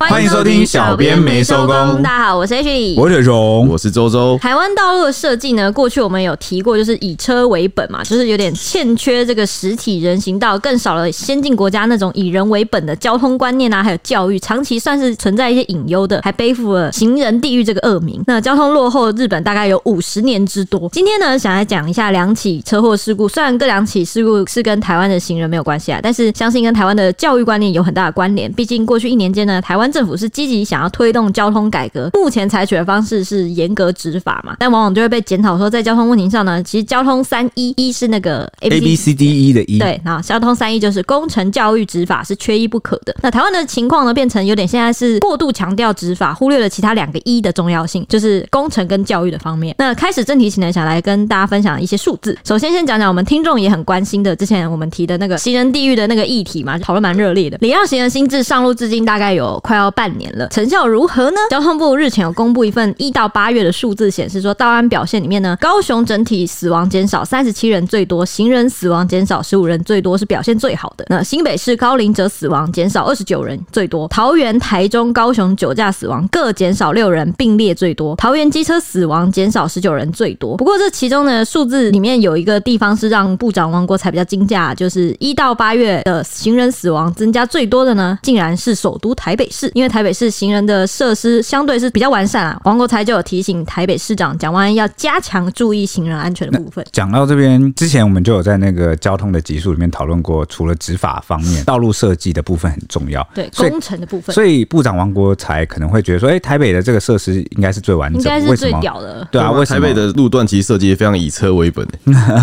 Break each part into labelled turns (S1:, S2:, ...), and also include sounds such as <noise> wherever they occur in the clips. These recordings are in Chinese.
S1: 欢迎收听小编没收工
S2: 大家好，我是 H 李。
S1: E 我是荣，
S3: 我是周周，
S2: 台湾道路的设计呢，过去我们有提过，就是以车为本嘛，就是有点欠缺这个实体人行道，更少了先进国家那种以人为本的交通观念啊，还有教育，长期算是存在一些隐忧的，还背负了行人地狱这个恶名。那交通落后日本大概有五十年之多。今天呢，想来讲一下两起车祸事故，虽然这两起事故是跟台湾的行人没有关系啊，但是相信跟台湾的教育观念有很大的关联。毕竟过去一年间呢，台湾政府是积极想要推动交通改革，目前采取的方式是严格执法嘛，但往往就会被检讨说，在交通问题上呢，其实交通三一一是那个 A
S1: ，A B C D E 的 E，
S2: 对，然后交通三一就是工程、教育、执法是缺一不可的。那台湾的情况呢，变成有点现在是过度强调执法，忽略了其他两个一的重要性，就是工程跟教育的方面。那开始正题前呢，想来跟大家分享一些数字。首先，先讲讲我们听众也很关心的，之前我们提的那个行人地狱的那个议题嘛，讨论蛮热烈的。礼让行人新制上路至今大概有快要半年了，成效如何呢？交通部日前有公布一份一到八月的数字，显示说道安表现里面呢，高雄整体死亡减少三十七人最多，行人死亡减少十五人最多，是表现最好的。那新北市高龄者死亡减少二十九人最多，桃园、台中、高雄酒驾死亡各减少六人，并列最多。桃园机车死亡减少十九人最多。不过这其中呢，数字里面有一个地方是让部长王国才比较惊讶，就是一到八月的行人死亡增加最多的呢，竟然是首都台北市，因为台北市行人的设施相对是比较完善啊。王国才就有提醒台北市长蒋万安要加强注意行人安全的部分。
S1: 讲到这边之前，我们就有在那个交通的集数里面讨论过，除了执法方面，道路设计的部分很重要。
S2: 对
S1: 所以
S2: 工程的部分，
S1: 所以部长王国才可能会觉得说，哎、台北的这个设施应该是最完
S2: 应
S1: 整
S2: 该
S1: 的，
S2: 是
S1: 为什
S2: 最
S1: 么？
S2: 屌的。 <laughs>
S1: 对啊，为什
S3: 台
S1: 么
S3: 北的路段其实设计也非常以车
S1: <laughs>
S3: 为本、欸，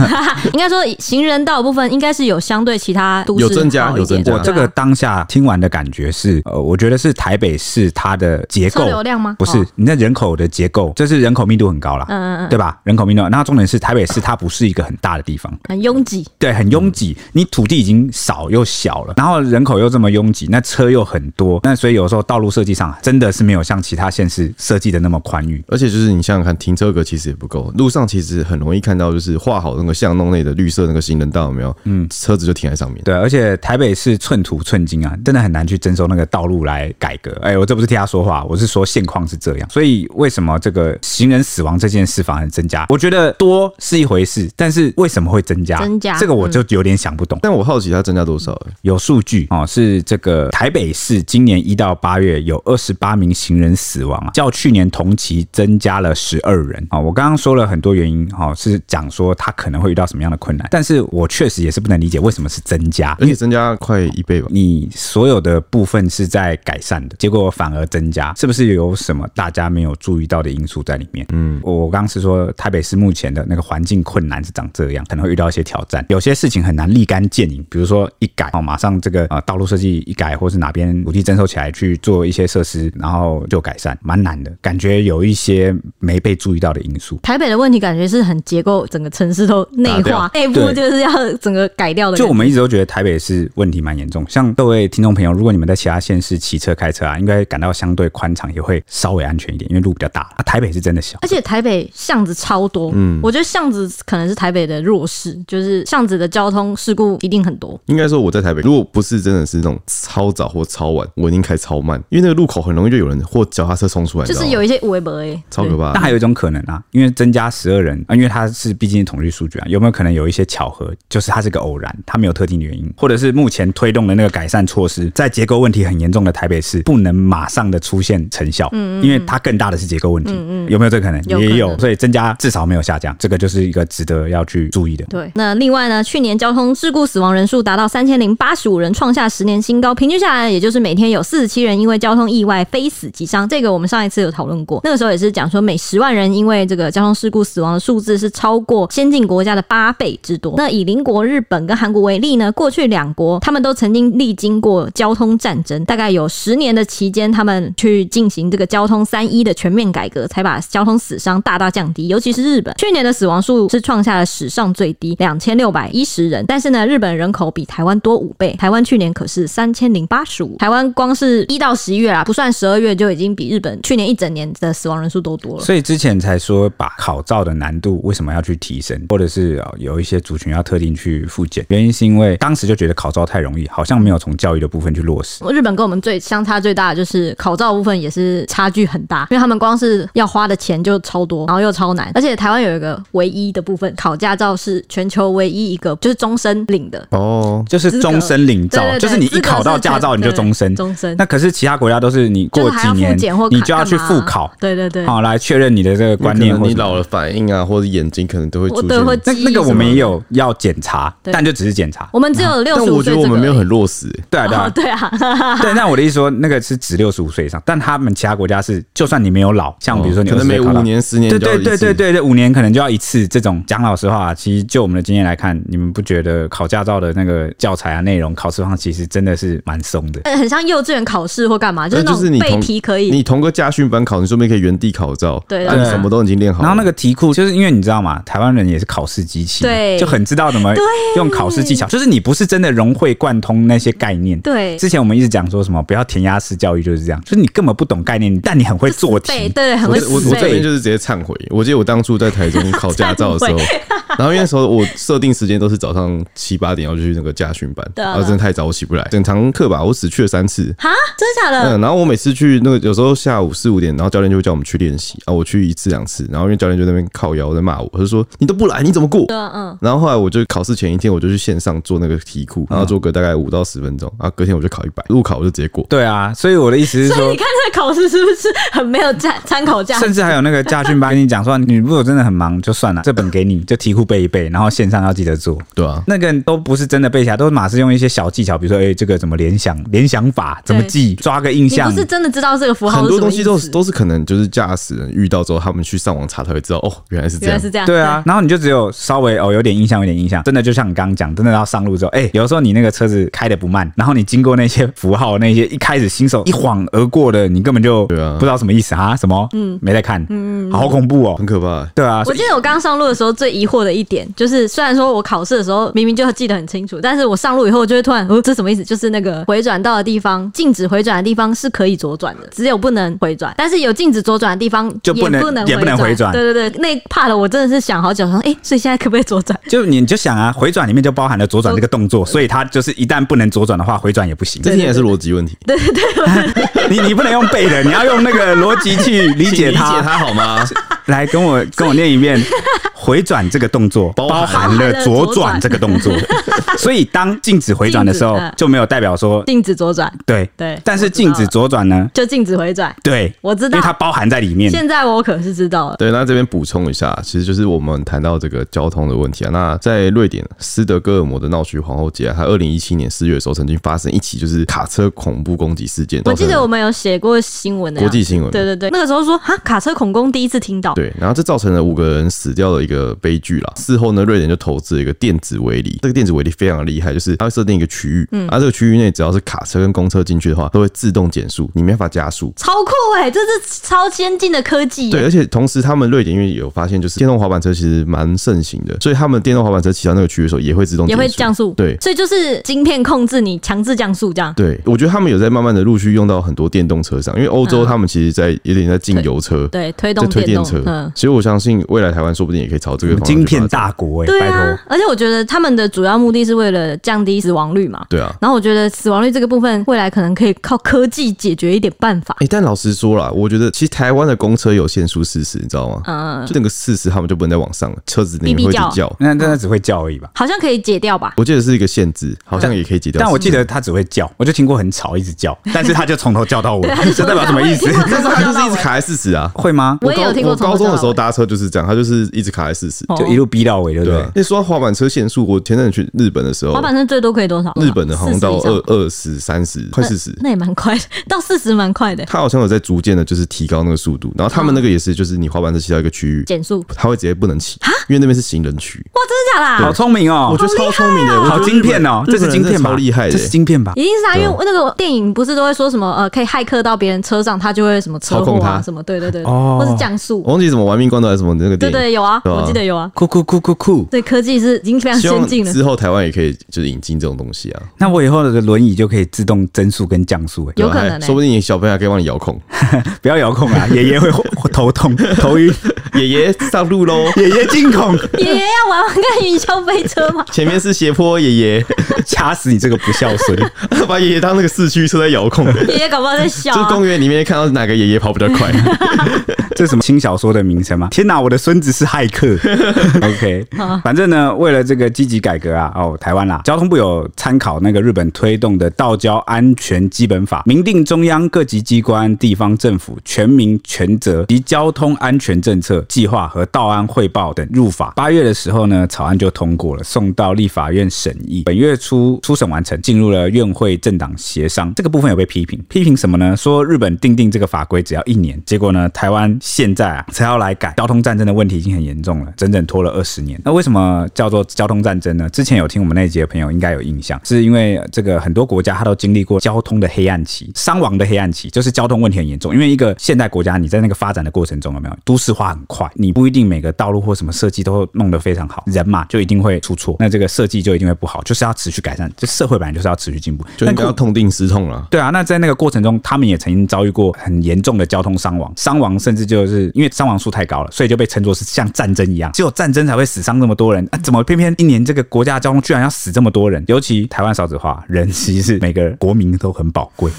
S2: 应该说行人道的部分应该是有相对其他都市
S3: 有增加
S2: 好一
S3: 有增
S2: 点
S3: 加
S1: 我这个当下听完的感觉是，呃，我觉得是台北市它的结构
S2: 车流量吗
S1: 不是
S2: 哦，
S1: 你的人口的结构，这是人口密度很高啦，
S2: 嗯嗯嗯
S1: 对吧？人口密度，然后重点是台北市它不是一个很大的地方，
S2: 很拥挤，
S1: 对，很拥挤，你土地已经少又小了，然后人口又这么拥挤，那车又很多，那所以有时候道路设计上真的是没有像其他县市设计的那么宽裕。
S3: 而且就是你想想看，停车格其实也不够，路上其实很容易看到，就是画好那个巷弄内的绿色那个行人道，有没有？嗯，车子就停在上面。
S1: 对，而且台北市寸土寸金啊，真的很难去征收那个道路来改革。哎，我这不是替他说话，我是说现况是这样。所以为什么这个行人死亡这件事反而增加？我觉得多是一回事，但是为什么会增加？
S2: 增加嗯
S1: 这个我就有点想不懂。
S3: 但我好奇它增加多少、欸？
S1: 有数据哦，是这个台北市今年一到八月有二十八名行人死亡啊，较去年同期增加了十二人啊、哦。我刚刚说了很多原因哦，是讲说他可能会遇到什么样的困难，但是我确实也是不能理解为什么是增加，
S3: 而且增加快一倍吧。
S1: 你所有的部分是在改善的，结果反而增加，是不是有什么大家没有注意到的因素在里面？嗯，我刚是说台北市目前的那个环境困难是长这样，可能会遇到一些挑战，有些事情很难立竿见影，比如说一改哦，马上这个呃道路设计一改，或是哪边土地征收起来去做一些设施，然后就改善，蛮难的，感觉有一些没被注意到的因素。
S2: 台北的问题感觉是很结构，整个城市都内化
S3: 打掉，
S2: 内部就是要整个改掉的感觉。
S1: 就我们一直都觉得台北是问题蛮严重，像各位听众朋友，如果你们在其他县市骑车开车啊，应该感到相对宽敞，也会稍微安全一点，因为路比较大。啊、台北是真的小
S2: 而，且台北巷子超多，嗯，我觉得巷子可能是台北的弱势，就是巷子的交通事故一定很多。
S3: 应该说我在台北，如果不是真的是那种超早或超晚，我一定开超慢，因为那个路口很容易就有人或脚踏车冲
S1: 啊
S3: 出来，
S2: 就
S3: 你
S2: 是
S3: 知道吗
S2: 有一些违规，哎，
S3: 超可怕
S1: 但
S3: 的。
S1: 还有一种可能啊，因为增加十二人、啊，因为它是毕竟是统计数据啊，有没有可能有一些巧合，就是它是个偶然，它没有特定的原因，或者是目前推动的那个改善措施，在结构问题很严重的台北市不能马上的出现成效，
S2: 嗯
S1: 因为它更大的是结构问题，有没有这可能？
S2: 有可
S1: 也
S2: 能
S1: 有，所以增加至少没有下降，这个就是一个值得要去注意的。
S2: 对，那另外呢，去年交通事故死亡人数达到三千零八十五人，创下十年新高。平均下来，也就是每天有四十七人因为交通意外非死即伤。这个我们上一次有讨论过，那个时候也是讲说，每十万人因为这个交通事故死亡的数字是超过先进国家的八倍之多。那以邻国日本跟韩国为例呢，过去两国他们都曾经历经过交通战争，大概有十年的期间，他们去进行这个交通三一的全面改革，才把交通死伤大大降低。尤其是日本，去年的死亡数是创下了史上最低，两千六百一十人。但是呢，日本人口比台湾多五倍，台湾去年可是三千零八十五。台湾光是一到十一月啊，不算十二月，就已经比日本去年一整年的死亡人数都多了。
S1: 所以之前才说把考照的难度为什么要去提升，或者是呃有一些族群要特定去复检，原因是因为当时就觉得考照太容易，好像没有从教育的部分去落实。
S2: 日本跟我们最相差差最大的就是考照部分也是差距很大，因为他们光是要花的钱就超多，然后又超难，而且台湾有一个唯一的部分，考驾照是全球唯一一个就是终身领的，
S3: 哦，
S1: 就是终身领照
S2: 对，对对
S1: 就是你一考到驾照你就终身
S2: 对。终身，
S1: 那可是其他国家都是你过
S2: 就是还
S1: 几
S2: 要
S1: 年
S2: 复检或
S1: 你就要去
S2: 干嘛
S1: 复考，
S2: <laughs> 对对对，
S1: 好来确认你的这个观念
S3: 可
S1: 或
S3: 能你
S1: 什么
S3: 老了反应啊，或者眼睛可能都会
S2: 我
S3: 出
S2: 对会
S3: 现。
S1: 那
S2: 记忆
S1: 那个我
S2: 什么
S1: 们也有要检查，
S2: 对
S1: 但就只是检查。
S2: 我们只有六
S3: 但
S2: 十五
S3: 我
S2: 岁这个
S3: 觉得
S2: 而已，
S3: 我们没有很欸落实，
S1: 对啊，对
S2: 哦
S1: 啊，
S2: <laughs> 对啊，
S1: 对。那我的意思说，那个是指六十五岁以上，但他们其他国家是，就算你没有老，像比如说你
S3: 哦可能
S1: 20岁
S3: 每
S1: 考到
S3: 五，年、十年
S1: 对
S3: 就要
S1: 对
S3: 一次
S1: 对对对对，五年可能就要一次。这种讲老实话，其实就我们的经验来看，你们不觉得考驾照的那个教材啊、内容、考试方其实真的是蛮松的？
S2: 呃很像幼稚园考试或干嘛，就是那
S3: 就是
S2: 种
S3: 你
S2: 背
S3: 同
S2: 题可以，
S3: 你同个家训班考，你说不定可以原地考照，
S2: 对
S3: 啊
S2: 对
S3: 你什么都已经练好了。
S1: 然后那个题库，就是因为你知道嘛，台湾人也是考试机器，
S2: 对
S1: 就很知道怎么用考试技巧。就是你不是真的融会贯通那些概念。
S2: 对
S1: 之前我们一直讲说什么不要填鸭式教育，就是这样，就是你根本不懂概念，但你很会做
S2: 背
S1: 题。
S2: 对，很
S3: 我
S2: 会
S3: 这我
S2: 死欸
S3: 我这
S2: 背
S3: 边就是直接忏悔。我记得我当初在台中考驾照的时候， <laughs> 然后因为那时候我设定时间都是早上七八点要去那个驾训班，
S2: 对啊
S3: 然后真的太早我起不来，整堂课吧我只去了三次。
S2: 哈，真的假的？
S3: 嗯，然后我每次去那个有时候下午四五点，然后教练就会叫我们去练习啊，我去一次两次，然后因为教练就在那边靠腰在骂我，他就说你都不来你怎么过？
S2: 对啊，嗯，
S3: 然后后来我就考试前一天我就去线上做那个题库，然后做个大概五到十分钟，然后隔天我就考一百，路考我就直接过。
S1: 对啊，所以我的意思是
S2: 所以
S1: 说
S2: 你。看这个考试是不是很没有参参考价值？
S1: 甚至还有那个家训班跟你讲说，你如果真的很忙，就算了，这本给你，就题库背一背，然后线上要记得做。
S3: 对啊，
S1: 那个都不是真的背起来，都是马是用一些小技巧，比如说，哎、这个怎么联想，联想法怎么
S2: 对
S1: 记，抓个印
S2: 你不
S1: 象。
S2: 是真的知道这个符号
S3: 很
S2: 是
S3: 多
S2: 什么
S3: 东
S2: 意
S3: 西
S2: 思
S3: 都是都是可能就是驾驶人遇到之后，他们去上网查才会知道哦，原来是这
S2: 原来
S3: 样。
S2: 是这样，
S1: 对啊，然后你就只有稍微哦有点印象，有点印象，真的就像你刚刚讲，真的要上路之后，哎、有的时候你那个车子开的不慢，然后你经过那些符号，那些一开始新手一晃而过的，你根本就
S3: 对啊
S1: 不知道什么意思啊，什么嗯没在看，嗯好恐怖哦
S3: 很，可怕欸。
S1: 对啊，
S2: 我记得我刚上路的时候最疑惑的一点，就是虽然说我考试的时候明明就记得很清楚，但是我上路以后就会突然，哦，这什么意思？就是那个回转道的地方，禁止回转的地方是可以左转的，只有不能回转，但是有禁止左转的地方
S1: 就不能也
S2: 也
S1: 不
S2: 不能
S1: 能回转
S2: 对对对，那怕了，我真的是想好久，说，哎、所以现在可不可以左转？
S1: 就你就想啊，回转里面就包含了左转这个动作，所以它就是一旦不能左转的话，回转也不行。
S3: 这听起来是逻辑问题，
S1: 你你不能用背的，你要用那个逻辑去理
S3: 请
S1: 解它。
S3: 理解它好吗？
S1: 来跟我跟我念一遍，回转这个动作包
S3: 包含
S1: 含了左转这个动作，所以当禁止回转的时候
S2: 禁止嗯，
S1: 就没有代表说
S2: 禁止左转，
S1: 对
S2: 对
S1: 但是禁止左转呢，
S2: 就禁止回转。
S1: 对，
S2: 我知
S1: 因
S2: 道
S1: 为它包含在里面。
S2: 现在我可是知道了，
S3: 对，那这边补充一下，其实就是我们谈到这个交通的问题啊。那在瑞典斯德哥尔摩的闹区皇后街、啊，它二零一七年四月的时候曾经发生一起就是卡车恐怖攻击事件，
S2: 我记
S3: 造
S2: 得
S3: 成
S2: 我们有写过新闻的呀
S3: 国际新闻。
S2: 对对对，那个时候说哈卡车恐攻第一次听到，
S3: 对，然后这造成了五个人死掉的一个悲剧啦。事后呢，瑞典就投资了一个电子围篱，这个电子围篱非常的厉害，就是它会设定一个区域，嗯，啊，这个区域内只要是卡车跟公车进去的话，都会自动减速，你没办法加速。
S2: 超酷哎、这是超先进的科技耶、
S3: 对，而且同时，他们瑞典因为有发现，就是电动滑板车其实蛮盛行的，所以他们电动滑板车骑到那个区域的时候，也会自动
S2: 也会
S3: 减速
S2: 降速，
S3: 对
S2: 所以就是晶片控制你强制降速这样。
S3: 对，我觉得他们有在慢慢的陆续用到很多电动车上，因为欧洲他们其实在有点在禁油车，
S2: 嗯对，推
S3: 在
S2: 动
S3: 推
S2: 电
S3: 电
S2: 动，
S3: 车
S2: 嗯，，
S3: 所以我相信未来台湾说不定也可以朝这个方向去
S1: 晶片
S3: 发展
S1: 大国哎、
S2: 对
S1: 拜
S2: 啊
S1: 托，，
S2: 而且我觉得他们的主要目的是为了降低死亡率嘛。
S3: 对啊。
S2: 然后我觉得死亡率这个部分，未来可能可以靠科技解决一点办法。
S3: 哎、但老实说啦，我觉得其实台湾的公车有限速四十，你知道吗？
S2: 嗯，
S3: 就那个四十，他们就不能再往上了，车子里面
S2: 哔哔
S3: 会一直
S2: 叫
S3: 叫。
S1: 那那只会叫而已吧。
S2: 好像可以解掉吧？
S3: 我记得是一个限制，好像也可以解掉。
S1: 但我
S2: <laughs>
S1: 记得它只会叫，
S3: 嗯
S1: 我就听过很吵，一直
S3: <laughs>
S1: 叫，但是它就从头叫到尾，这代表什么意思
S2: 我？也听过
S1: <laughs>
S3: 但是他
S2: 从头
S3: 就是
S2: 到
S3: 一直
S2: 尾
S3: 卡在四十啊。
S1: 会吗？
S2: 我也有
S3: 高
S2: 听过
S3: 我
S2: 从头
S3: 高中
S2: 到
S3: 的时候
S2: 尾
S3: 搭车就是这样，他就是一直卡在四十。
S2: 哦
S1: 就一路逼到尾，对不
S3: 对
S1: 对
S3: 啊？，那说到滑板车限速，我前阵子去日本的时候
S2: 滑，板车最多可以多少？
S3: 日本的好像到
S2: 40以上呃
S3: 二二十三十，快四十。
S2: 那也蛮快的，到四十蛮快的，
S3: 他好像有在逐渐的，就是提高那个速度。然后他们那个也是，就是你滑板车骑到一个区域，
S2: 减速。哇，
S3: 他会直接不能骑，因为那边是行人区。
S2: 真的假的啊、
S1: 好聪明哦
S3: 我，觉得超聪明的，我觉
S1: 好
S3: 得
S1: 晶片哦，
S3: 日
S1: 这是
S3: 本
S1: 晶
S3: 日本人真
S1: 片
S3: 的
S1: 吧？
S3: 超厉害的
S1: 这是。晶片吧？
S2: 一定是啊，因
S3: 对啊
S2: 为那个电影不是都会说什么呃，可以骇客到别人车上，他就会什么车
S3: 操
S2: 祸
S3: 控
S2: 啊
S3: 他
S2: 什么，对对对，
S1: 哦
S2: 或是降速，
S3: 我忘记什么《玩命关头》还是什么那个
S2: 对
S3: 电影，
S2: 对有啊，
S3: 哦对吧
S2: 我记得有啊。
S1: 酷酷酷酷酷！
S2: 对，科技是已经非常
S3: 希
S2: 先
S3: 望
S2: 进了。
S3: 之后台湾也可以就是引进这种东西啊，
S1: 那我以后的轮椅就可以自动增速跟降速、欸，
S2: 有可能
S3: 还
S2: 欸
S3: 啊说不定你小朋友还可以帮你遥控。
S1: 不要遥控啊，爷爷会头痛头晕，
S3: 爷爷上路
S2: <laughs>
S3: 喽，
S1: 爷爷惊恐， <laughs>
S2: 爷爷要玩玩看云霄飞车
S3: <laughs>
S2: 吗？
S3: 前面是斜坡，爷爷
S1: 掐死你这个不孝孙！
S3: <laughs> 把爷爷当那个四驱车在遥控。
S2: 爷爷搞不好在笑、
S3: 就
S2: 啊。
S3: 公园里面看到哪个爷爷跑比较快，
S1: <laughs> 这是什么轻小说的名称吗？天哪，我的孙子是骇客。OK，反正呢，为了这个积极改革啊，哦，台湾啦，交通部有参考那个日本推动的道交安全基本法，明定中央各级机关、地方政府全民全责及交通安全政策计划和道安汇报等入法。八月的时候呢，草案就通过了，送到立法院审议。本月初初审完成，进入了院会政党协商。这个部分有被批评，批评什么呢？说日本定定这个法规只要一年，结果呢，台湾现在啊才要来改。交通战争的问题已经很严重了，整整拖了二十年。那为什么叫做交通战争呢？之前有听我们那一集的朋友应该有印象，是因为这个很多国家它都经历过交通的黑暗期、伤亡的黑暗期，就是交通问题很严重。因为一个现代国家，你在那个发展的过程中有没有都市化很快，你不一定每个道路或什么设计都弄得非常好，人嘛就一定会出错，那这个设计就一定会不好，就是要持续改善。这社会本来就是要持续进步，
S3: 就
S1: 但
S3: 应该要痛定思痛了。
S1: 对啊，那在那个过程中，他们也曾经遭遇过很严重的交通伤亡，伤亡甚至就是因为伤亡数太高了，所以就被称作是像战争一样，只有战争才会死伤这么多人啊！怎么偏偏一年这个国家的交通居然要死这么多人？尤其台湾少子化，人其实是每个国民都很宝贵，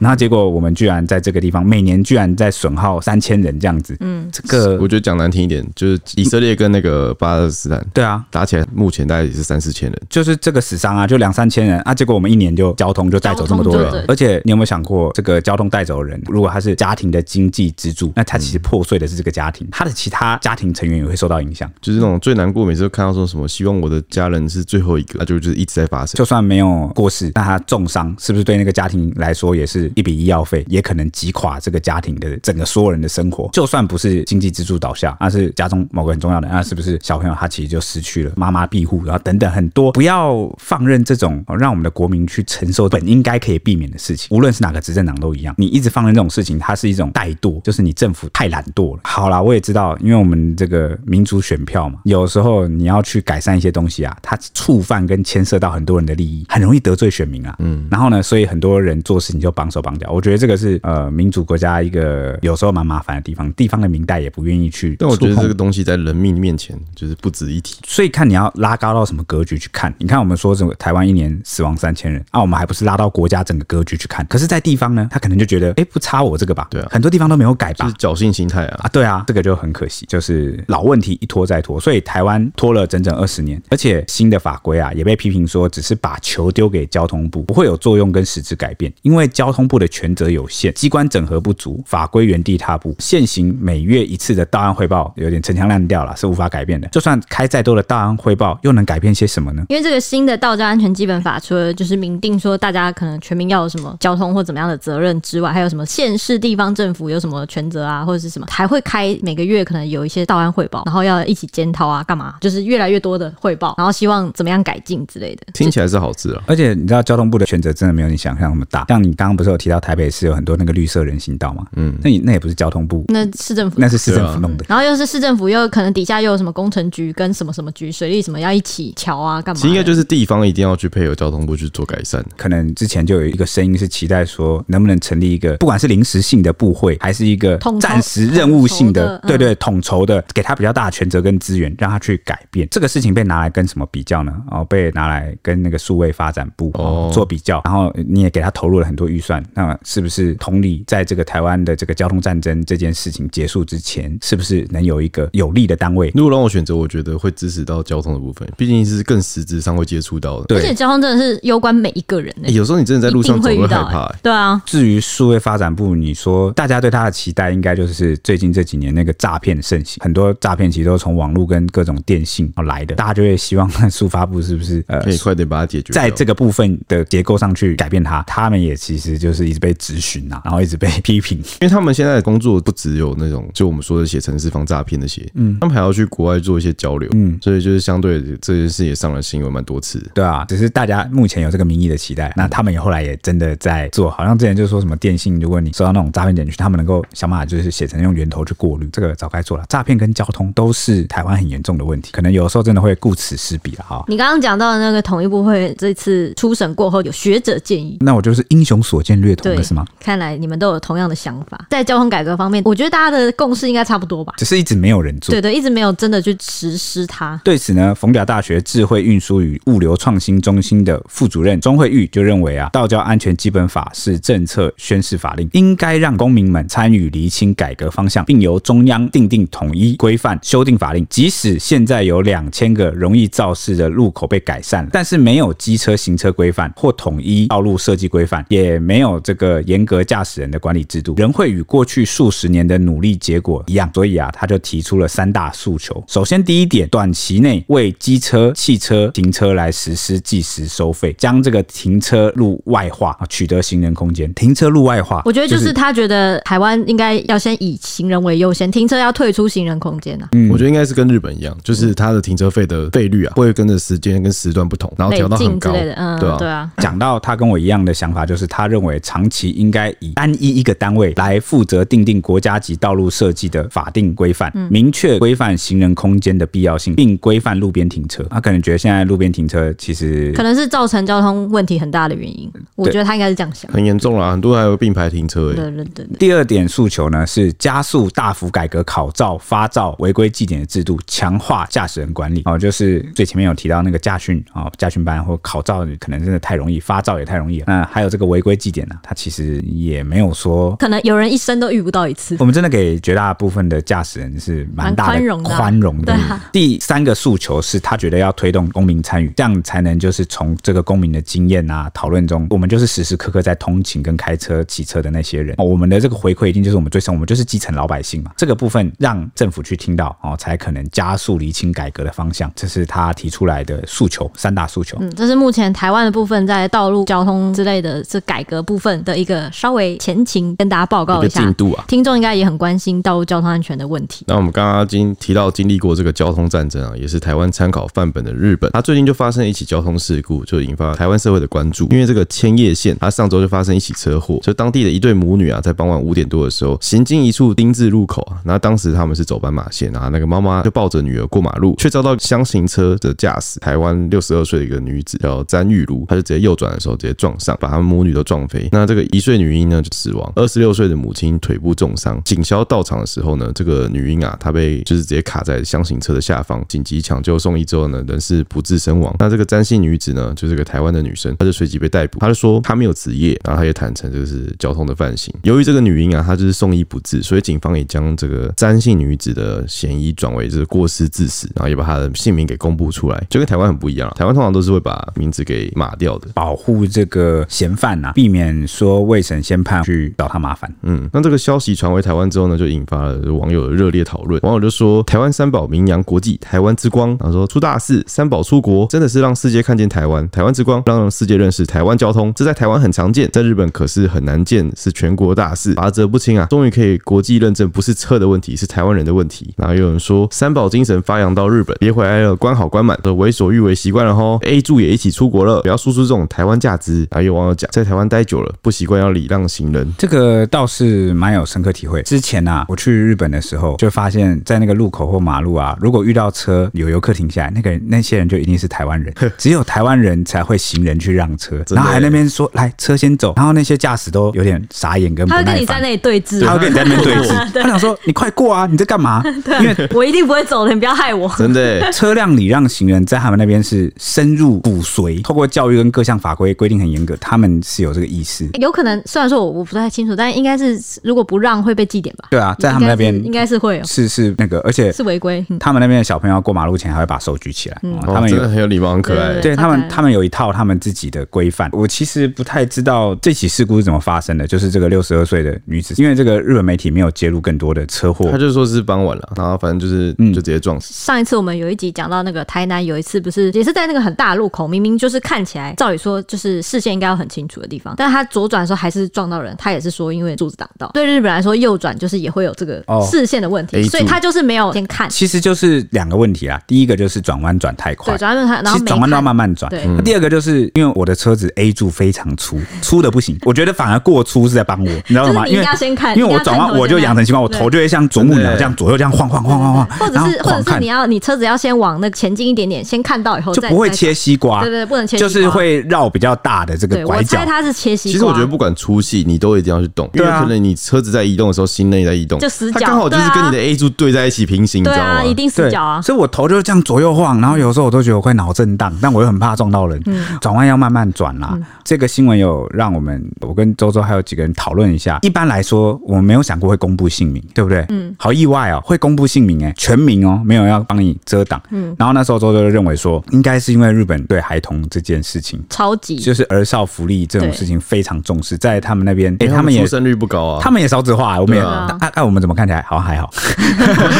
S1: 然后结果我们居然在这个地方每年居然在损耗三千人这样子，嗯，这个
S3: 我觉得讲难听一点，就是以色列跟那个巴勒斯坦
S1: 对啊，
S3: 打起来，目前大概也是三四千人。
S1: 就是这个死伤啊，就两三千人啊，结果我们一年就交通就带走这么多
S2: 交通
S1: 人
S2: 对，
S1: 而且你有没有想过，这个交通带走的人，如果他是家庭的经济支柱，那他其实破碎的是这个家庭，他的其他家庭成员也会受到影响。
S3: 就是那种最难过，每次都看到说什么希望我的家人是最后一个，啊那就就是一直在发生。
S1: 就算没有过世，那他重伤是不是对那个家庭来说也是一笔医药费，也可能击垮这个家庭的整个所有人的生活？就算不是经济支柱倒下，那是家中某个很重要的人，那是不是小朋友他其实就失去了妈妈庇护，然后等等很多，不要放任这种哦让我们的国民去承受本应该可以避免的事情，无论是哪个执政党都一样，你一直放任这种事情，它是一种怠惰，就是你政府太懒惰了。好啦，我也知道，因为我们这个民主选票嘛，有时候你要去改善一些东西啊，它触犯跟牵涉到很多人的利益，很容易得罪选民啊。嗯，然后呢，所以很多人做事你就绑手绑脚，我觉得这个是呃民主国家一个有时候蛮麻烦的地方，地方的民代也不愿意去
S3: 但我觉得
S1: 触碰
S3: 这个东西在人命面前就是不值一提。
S1: 所以看你要拉高到什么格局去看。你看我们说这个台湾一年死亡三千人啊，我们还不是拉到国家整个格局去看？可是，在地方呢，他可能就觉得，哎、不差我这个吧？
S3: 对啊
S1: 很多地方都没有改吧？
S3: 就是侥幸心态啊，
S1: 啊，对啊，这个就很可惜，就是老问题一拖再拖，所以台湾拖了整整二十年，而且新的法规啊也被批评说只是把球丢给交通部，不会有作用跟实质改变，因为交通部的权责有限，机关整合不足，法规原地踏步，现行每月一次的档案汇报有点陈腔滥调了，是无法改变的。就算开再多的档案汇报，又能改变些什么呢？
S2: 因为这个新的道交安全基本法，除了就是明定说大家可能全民要有什么交通或怎么样的责任之外，还有什么县市地方政府有什么权责啊，或者是什么，还会开每个月可能有一些道安汇报，然后要一起检讨啊，干嘛，就是越来越多的汇报，然后希望怎么样改进之类的。
S3: 听起来是好事啊。
S1: 而且你知道交通部的选择真的没有你想象那么大，像你刚刚不是有提到台北市有很多那个绿色人行道吗？嗯，那你那也不是交通部，
S2: 那市政府
S1: 那是市政
S3: 对
S1: 府
S3: 啊
S1: 弄的。
S2: 然后又是市政府，又可能底下又有什么工程局跟什么什么局、水利什么要一起桥啊，干嘛的？
S3: 其实应该就是地方一定要去配合交通部去做改善。
S1: 可能之前就有一个声音是期待说，能不能成立一个不管是临时性的部会，还是一个
S2: 统筹
S1: 暂时任务性
S2: 统筹
S1: 的，
S2: 的嗯
S1: 对对，统筹的，给他比较大的权责跟资源，让他去改变这个事情被拿来跟什么比较呢？哦，被拿来跟那个数位发展部、哦
S3: 哦、
S1: 做比较，然后你也给他投入了很多预算，那么是不是同理，在这个台湾的这个交通战争这件事情结束之前，是不是能有一个有力的单位？
S3: 如果让我选择，我觉得会支持到交通的部分，毕竟是更实质上会接触到的。
S1: 对
S2: 而且交通真的是攸关每一个人呢、
S3: 欸有时候你真的在路上
S2: 一
S3: 走
S2: 定
S3: 会哎
S2: 遇
S3: 害
S2: 到、
S3: 怕、
S2: 欸对啊，
S1: 至于数位发展部，你说大家对它的期待，应该就是最近这几年那个诈骗盛行，很多诈骗其实都从网络跟各种电信哦来的，大家就会希望看数发部是不是
S3: <laughs>
S1: 呃
S3: 哎可以快点把它解决掉。
S1: 在这个部分的结构上去改变它。他们也其实就是一直被质询啊，然后一直被批评。
S3: 因为他们现在的工作不只有那种就我们说的写城市防诈骗那些，嗯，他们还要去国外做一些交流，嗯，所以就是相对这件事也上了新闻蛮多次的。
S1: 对啊，只是大家目前有这个民意的期待，那他们也后来也真的在做，好像之前就说什么电信，如果你收到那种诈骗简讯，他们能够想办法就是写成用源头去过滤，这个早该做了。诈骗跟交通都是台湾很严重的问题，可能有时候真的会顾此失彼了哈。
S2: 你刚刚讲到的那个统一部会这次初审过后，有学者建议，
S1: 那我就是英雄所见略同
S2: 对
S1: 的是吗？，
S2: 看来你们都有同样的想法。在交通改革方面，我觉得大家的共识应该差不多吧？
S1: 只是一直没有人做
S2: 对。对，一直没有真的去实施它。
S1: 对此呢，冯甲大学智慧运输与物流创新中心的副主任钟慧玉就认为啊，《道交安全基本法》是政策宣示法令，应该让公民们参与厘清改革方向，并由中央定定统一规范修订法令。即使现在有两千个容易肇事的路口被改善了，但是没有机车行车规范或统一道路设计规范，也没有这个严格驾驶人的管理制度，仍会与过去数十年的努力结果一样。所以啊，他就提出了三大诉求。首先，第一点，短期内为机车、汽车停车来实施计时收费，将这个停车路外化，啊取得行人空间。停车路外化，
S2: 我觉得就是他觉得台湾应该要先以行人为优先，停车要退出行人空间啊。
S3: 我觉得应该是跟日本一样，就是它的停车费的费率啊，会跟着时间跟时段不同，然后
S2: 累
S3: 调到哦很
S2: 进之
S3: 高，
S2: 类的，嗯，
S3: 对啊，
S2: 啊，
S1: 讲到他跟我一样的想法，就是他认为长期应该以单一一个单位来负责定定国家级道路设计的法定规范，
S2: 嗯
S1: 明确规范行人空间的必要性，并规范路边停车。他可能觉得现在路边停车其实
S2: 可能是造成交通问题很大的原因。我觉得他应该是这样想。
S3: 很严重啦，很多还有并排停车、欸，
S2: 对对对对，
S1: 第二点诉求呢是加速大幅改革考照、发照、违规记点的制度，强化驾驶人管理。哦，就是最前面有提到那个驾训啊、哦，驾训班或考照可能真的太容易，发照也太容易了。那还有这个违规记点呢、它其实也没有说
S2: 可能有人一生都遇不到一次 <laughs>
S1: 我。们真的给绝大部分的驾驶人是蛮大的
S2: 蛮宽容的啊
S1: 宽容的
S2: 对啊
S1: 第三个诉求是他觉得要推动公民参与，这样才能就是从这个公民的经验啊讨论中，我们就是时时刻刻在通勤跟开车、骑车的那些人，哦我们的这个回馈一定就是我们最深，我们就是基层老百姓嘛。这个部分让政府去听到哦，才可能加速厘清改革的方向，这是他提出来的诉求，三大诉求。
S2: 嗯，这是目前台湾的部分在道路交通之类的这改革部分的一个稍微前情，跟大家报
S3: 一
S2: 告
S3: 个
S2: 一下
S3: 进。度啊。
S2: 听众应该也很关心道路交通安全的问题。
S3: 那我们刚刚经提到经历过这个交通战争啊，也是台湾参考范本的日本，它最近就发生一起交通事故，就引发台湾社会的关注。因为这个千叶县，它上周就发生一起车祸，就当地的一对母女啊，在傍晚五点多的时候行经一处丁字路口啊，那当时他们是走斑马线啊，那个妈妈就抱着女儿过马路，却遭到相行车的驾驶台湾六十二岁的一个女子叫詹玉茹，她就直接右转的时候直接撞上，把他们母女都撞飞。那这个一岁女婴呢就死亡，二十六岁的母亲腿部重伤。警消到场的时候呢，这个女婴啊，她被就是直接卡在箱型车的下方，紧急抢救送医之后呢，人是不治身亡。那这个詹姓女子呢，就是个台湾的女生，她就随即被逮捕。她就说她没有职业，然后她也坦诚这是交通的犯行。由于这个女婴啊，她就是送医不治，所以警方也将这个詹姓女子的嫌疑转为就是过失致死，然后也把她的姓名给公布出来，就跟台湾很不一样啊。台湾通常都是会把名字给码掉的。
S1: 保护这个嫌犯呐、啊避免说未审先判去找他麻烦。
S3: 嗯，那这个消息传回台湾之后呢，就引发了网友的热烈讨论。网友就说：“台湾三宝名扬国际，台湾之光。”然后说出大事，三宝出国，真的是让世界看见台湾，台湾之光让世界认识台湾交通，这在台湾很常见，在日本可是很难见，是全国大事，拔责不清啊！终于可以国际认证，不是车的问题，是台湾人的问题。然后又有人说，三宝精神发扬到日本，别回来了，关好关满，都为所欲为习惯了吼。A 柱也一起出国了，不要输出这种台湾价值。然后有网友讲，在台湾待久了，不习惯要礼让行人，
S1: 这个倒是蛮有深刻体会。之前啊，我去日本的时候，就发现，在那个路口或马路啊，如果遇到车有游客停下来，那个人那些人就一定是台
S3: <laughs>
S1: 湾人，只有台湾人才会行人去让车，
S3: 真的
S1: 然后还那边说来车先走，然后那些驾驶都有点傻眼跟不
S2: 他会跟
S1: 耐
S2: 你在
S1: 烦
S2: 那。里对峙，啊
S1: 他会跟你在那边 <laughs> 对峙，他想说你快过啊，你在干 <laughs> 嘛？因为
S2: 我一定不会走的，你不要害
S1: <laughs>
S2: 我。
S3: 真的欸、
S1: 车辆礼让行人在他们那边是深入骨髓，透过教育跟各项法规规定很严格，他们是有这个意识。
S2: 有可能，虽然说我我不太清楚，但应该是如果不让会被记点吧？
S1: 对啊，在他们那边
S2: 应该是应该是会哦，
S1: 是是那个，而且
S2: 是违规。嗯
S1: 他们那边的小朋友过马路前还会把手举起来，哦他
S3: 哦
S1: 们
S3: 真
S1: 有
S3: 的。很有礼貌，很可爱
S2: 对。
S1: 对他
S2: 超可
S1: 们，
S2: 爱
S1: 他们有一套他们自己的规范。我其实不太知道这起事故是怎么发生的，就是这个六十二岁的女子，因为这个日本媒体没有揭露更多的车祸
S3: 他就说是傍晚了，然后反正就是就直接撞死。
S2: 上一次我们有一集讲到那个台南有一次，不是也是在那个很大的路口，明明就是看起来照理说就是视线应该要很清楚的地方，但他左转的时候还是撞到人，他也是说因为柱子挡到。对日本来说，右转就是也会有这个
S1: 哦
S2: 视线的问题，
S3: A 柱
S2: 所以他就是没有先看，
S1: 其实就是两个问题啊。第一个就是转弯转太快
S2: 对，，转弯他然
S1: 其
S2: 后
S1: 实
S2: 没
S1: 转弯都要
S2: 看
S1: 慢慢转。
S2: 对
S1: 那第二个就是因为我的车子 A 柱非常粗，粗的不行，我觉得反而过
S2: <laughs>
S1: 粗是在帮我，你知道
S2: 就是
S1: 吗？
S2: 你一
S1: 因
S2: 定
S1: 为
S2: 要先看，
S1: 因为我
S2: 你一定
S1: 转
S2: 要看
S1: 弯
S2: 头
S1: 我就
S2: 先看
S1: 养成习惯，我头就会像啄木鸟这样左右这样晃晃晃晃晃晃，
S2: 或者
S1: 然后
S2: 是或
S1: 狂
S2: 者是
S1: 看
S2: 你要你车子要先往那个前进一点点，先看到以后
S1: 就
S2: 再
S1: 不会
S2: 再
S1: 切西瓜，
S2: 哦对对对不能切西瓜
S1: 就是会绕比较大的这
S2: 对
S1: 个
S2: 我
S1: 拐角啊
S2: 猜。他是切西瓜。
S3: 其实我觉得不管粗细，你都一定要去动，因为
S1: 对啊
S3: 可能你车子在移动的时候，心内在移动，
S2: 就死角啊
S3: 它刚好就是跟你的 A 柱对在一起平行，你
S2: 对
S3: 知道吗
S2: 啊，？一定
S1: 对
S2: 死角啊。
S1: 所以我头就这样左右晃，然后有时候我都觉得我快脑震荡，但我又很怕撞到人。
S2: 嗯
S1: 转弯要慢慢转啦。这个新闻有让我们，我跟周周还有几个人讨论一下。一般来说，我们没有想过会公布姓名，对不对？嗯，好意外哦，会公布姓名哎、全名哦，没有要帮你遮挡。嗯，然后那时候周周就认为说，应该是因为日本对孩童这件事情，
S2: 超级
S1: 就是儿少福利这种
S2: 嗯对
S1: 事情非常重视，在他们那边，哎、
S3: 因为
S1: 他们也
S3: 出生率不高啊，
S1: 他们也少子化，我们也
S3: 对
S1: 按
S3: 啊
S1: 按、啊我们怎么看起来好像还好，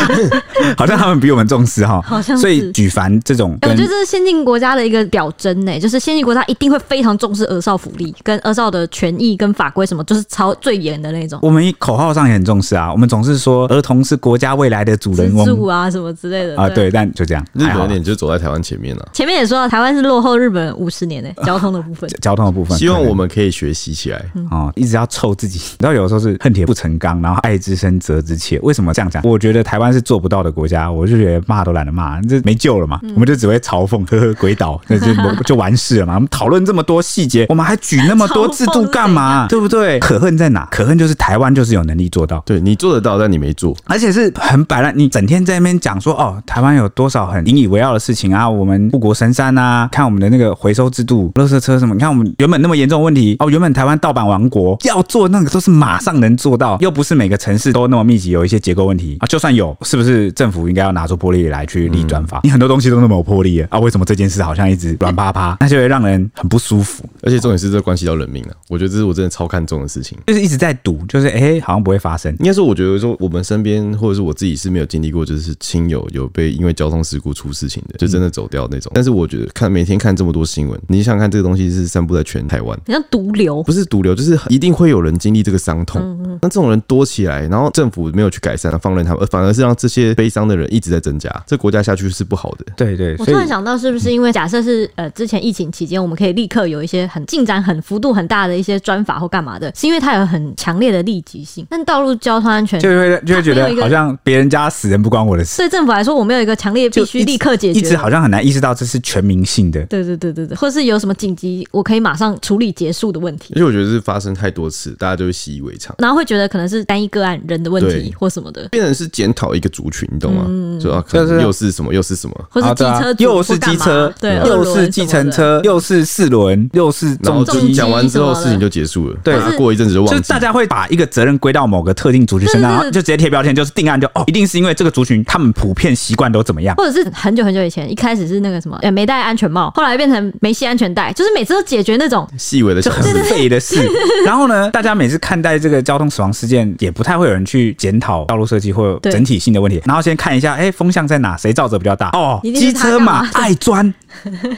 S1: <laughs> 好像他们比我们重视哈，
S2: 好像是
S1: 所以举凡这种
S2: 哎我
S1: 跟
S2: 觉得这是先进国家的一个表征呢、就是先进国家一定会非常重视儿少福利、跟儿少的权益、跟法规什么，就是超最严的那种，
S1: 我们口号上也很重视啊，我们总是说儿童是国家未来的主人
S2: 资助
S1: 翁
S2: 啊什么之类的
S1: 啊、对，但就这样，
S3: 日
S1: 还
S3: 本
S1: 好
S3: 有点就走在台湾前面啊了、
S2: 前面也说到，台湾是落后日本五十
S1: <laughs>
S2: 年呢、欸交通的部分
S1: 交通的部分，
S3: 希望我们可以学习起来。
S1: 哦，一直要凑自己。 <laughs> 你知道，有时候是恨铁不成钢，然后爱之深责之切。为什么这样讲？我觉得台湾是做不到的国家，我就觉得骂都懒得骂，这没救了嘛。我们就只会嘲讽， <laughs> 呵呵，鬼岛，那就 <laughs> 就完事了嘛。我们讨论这么多细节，我们还举那么多制度干嘛？对不对？可恨在哪？可恨就是台湾就是有能力做到。
S3: 对你做得到，但你没做，
S1: 而且是很摆烂，你整天在那边讲说哦，台湾有多少很引以为傲的事情啊，我们护国神山啊，看我们的那个回收制度、垃圾车什么，你看我们原本那么严重的问题哦，原本台湾盗版王国要做那个都是马上能做到，又不是每个城市都那么密集，有一些结构问题啊，就算有，是不是政府应该要拿出魄力来去立专法？你很多东西都那么有魄力了啊，为什么这件事好像一直软趴趴，那就会让人很不舒服。
S3: 而且重点是这关系到人命了、啊我觉得这是我真的超看重的事情。
S1: 就是一直在赌，就是哎、诶好像不会发生。
S3: 应该说，我觉得说我们身边或者是我自己是没有经历过，就是亲友有被因为交通事故出事情的，就真的走掉那种。但是我觉得看每天看这么多新闻，你想想看，这个东西是散布在全台湾，
S2: 你像毒瘤，
S3: 不是毒瘤，就是一定会有人经历这个伤痛。那这种人多起来，然后政府没有去改善，放任他们，而反而是让这些悲伤的人一直在增加，这国家下去是不好的。
S1: 对对，
S2: 我
S1: 所
S2: 突
S1: 以
S2: 然想到，是不是因为假设是呃之前疫情期间，我们可以立刻有一些很进展、很幅度很大的一些专法或干嘛的，是因为它有很强烈的立即性。但道路交通安全
S1: 就会就会觉
S2: 它没有
S1: 得
S2: 一个
S1: 好像别人家死人不关我的事。
S2: 对政府来说，我们有一个强烈必
S1: 就一
S2: 须
S1: 直
S2: 立刻解
S1: 一
S2: 决
S1: 直
S2: 的。
S1: 好像很难意识到这是全民性的。
S2: 对对对对对，或是有什么紧急，我可以马上处理结束的问题
S3: 而，且我觉得是发生太多次，大家就会习以为常。
S2: 然后会觉得可能是单一个案人的问题
S3: 对
S2: 或什么的，
S3: 变成是检讨一个族群，你懂吗？就啊，可
S1: 就是
S3: 能又是什么，又是什么，
S2: 或是
S1: 啊
S2: 机
S1: 对啊
S2: 车族
S1: 又是
S2: 或干
S1: 机
S2: 嘛
S1: 车，
S2: 对，啊二
S1: 又
S2: 轮
S1: 是
S2: 什
S1: 计
S2: 么
S1: 程
S2: 的，
S1: 车，又是四轮，又是
S3: 然
S1: 重
S3: 后就
S2: 重
S1: 机
S3: 是。讲完之后
S2: 重击什么的
S3: 事情就结束了，
S1: 对
S3: 大家过一阵子就
S1: 就
S3: 忘
S1: 是
S3: 记
S1: 大。家会把一个责任归到某个特定族群身
S2: 对
S1: 上，
S2: 对对
S1: 然后就直接贴标签，就是定案就哦，一定是因为这个族群他们普遍习惯都怎
S2: <laughs>
S1: 么样。
S2: 或者是很久很久以前，一开始是那个什么，呃，没戴安全帽，后来变成没系安全带，就是每次都解决那
S1: <laughs>
S2: 种
S3: 细微的
S1: 这
S3: 小
S1: 很
S3: 事，
S1: 废的
S2: <laughs>
S1: 事。然后呢，大家每次看待这个交通死亡事件，也不太会有人去检讨道路设计或
S2: 对
S1: 整体性的问题。然后先看一下，哎，风向在哪？谁造责比较大？哦，
S2: 一定
S1: 机
S2: 是他
S1: 车嘛
S2: 干，嘛
S1: 爱钻，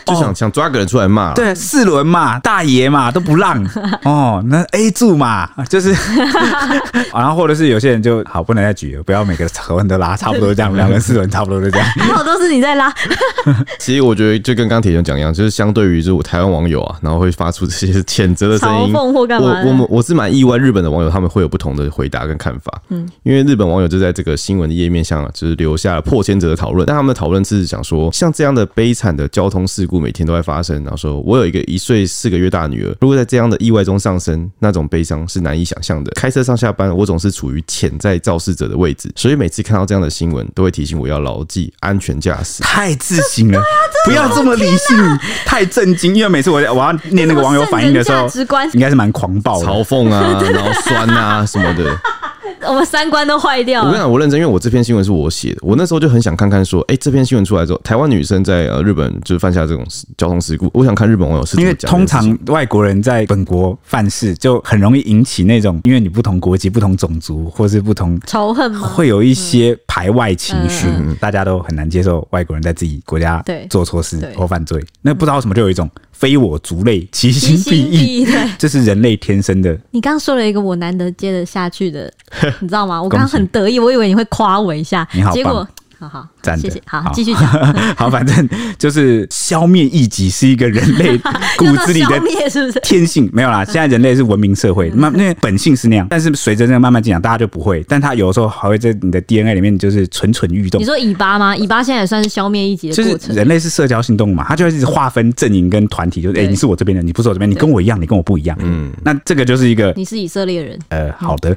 S3: 就想想抓个人出来骂。，
S2: 啊
S1: 哦对，四轮嘛，大爷嘛都
S2: <laughs>
S1: 不让哦，那 A 柱嘛，就是， <laughs> 然后或者是有些人就好不能再举了，不要每个仇恨都拉，差不多这样，两轮四轮差不多就
S2: <laughs>
S1: 这样。
S2: 还啊好都是你在拉，
S3: 其实我觉得就跟刚铁兄讲一样，就是相对于就是我台湾网友啊，然后会发出这些谴责的声音，
S2: 嘲讽或干嘛的
S3: 我我们我是蛮意外，日本的网友他们会有不同的回答跟看法。嗯，因为日本网友就在这个新闻的页面上啊，就是留下了破千折的讨论。但他们的讨论是想说，像这样的悲惨的交通事故每天都在发生，然后说我有一个一岁四个月大女儿，如果在这样的意外中丧生，那种悲伤是难以想象的。开车上下班，我总是处于潜在肇事者的位置，所以每次看到这样的新闻，都会提醒我要牢记安全驾驶。
S1: 太自信了，不
S2: 啊
S1: 要这么理性，太震惊。因为每次我我要念那个网友反应的时
S2: 这
S1: 候
S2: 么圣人价值观，
S1: 应该是蛮狂暴的。
S3: 嘲讽啊，然后酸啊什么的，
S2: 我们三观都坏掉
S3: 我跟你
S2: 了。
S3: 讲，我认真，因为我这篇新闻是我写的，我那时候就很想看看说，哎、这篇新闻出来之后，台湾女生在呃日本就是犯下这种事交通事故，我想看日本网友是怎
S1: 因
S3: 么
S1: 为
S3: 讲这件事情。
S1: 通常外国人在本国犯事，就很容易引起那种，因为你不同国籍、不同种族，或是不同
S2: 仇恨吗？
S1: 会有一些排外情绪
S2: 嗯，
S1: 大家都很难接受外国人在自己国家
S2: 对
S1: 做错事
S2: 对嗯
S1: 或犯罪。那不知道为什么就有一种非我族类，其心
S2: 其
S1: 必
S2: 心必 <laughs>
S1: 异，
S2: 异。对，
S1: 这是人类天生的。
S2: 你刚刚说了一个我难得
S1: <laughs>
S2: 接得下去的，你知道吗？我刚刚很得意，我以为你会夸我一下
S1: 你好，棒
S2: 结果。好好，
S1: 站
S2: 谢
S1: 着
S2: 谢。。好，继续讲，
S1: <laughs> 好，反正就是消灭异己是一个人
S2: <laughs>
S1: 类骨
S2: 用到
S1: 子里的
S2: 消灭嗯是不是？
S1: 天性没有啦，现在人类是文明社会，那那个本性是那样，但是随着这个慢慢进展，大家就不会。但他有的时候还会在你的 DNA 里面就是蠢蠢欲动
S2: 你。说尾巴吗？尾巴现在也算是消灭一级
S1: 就
S2: 的过
S1: 是
S2: 程。
S1: 人类是社交性动物嘛，他就会一直划分阵营跟团体，就是哎、
S2: 对
S1: 你是我这边的，你不是我这边，你跟我一样，你跟我不一样。嗯，那这个就是一个
S2: 你是以色列人，
S1: 呃，好的，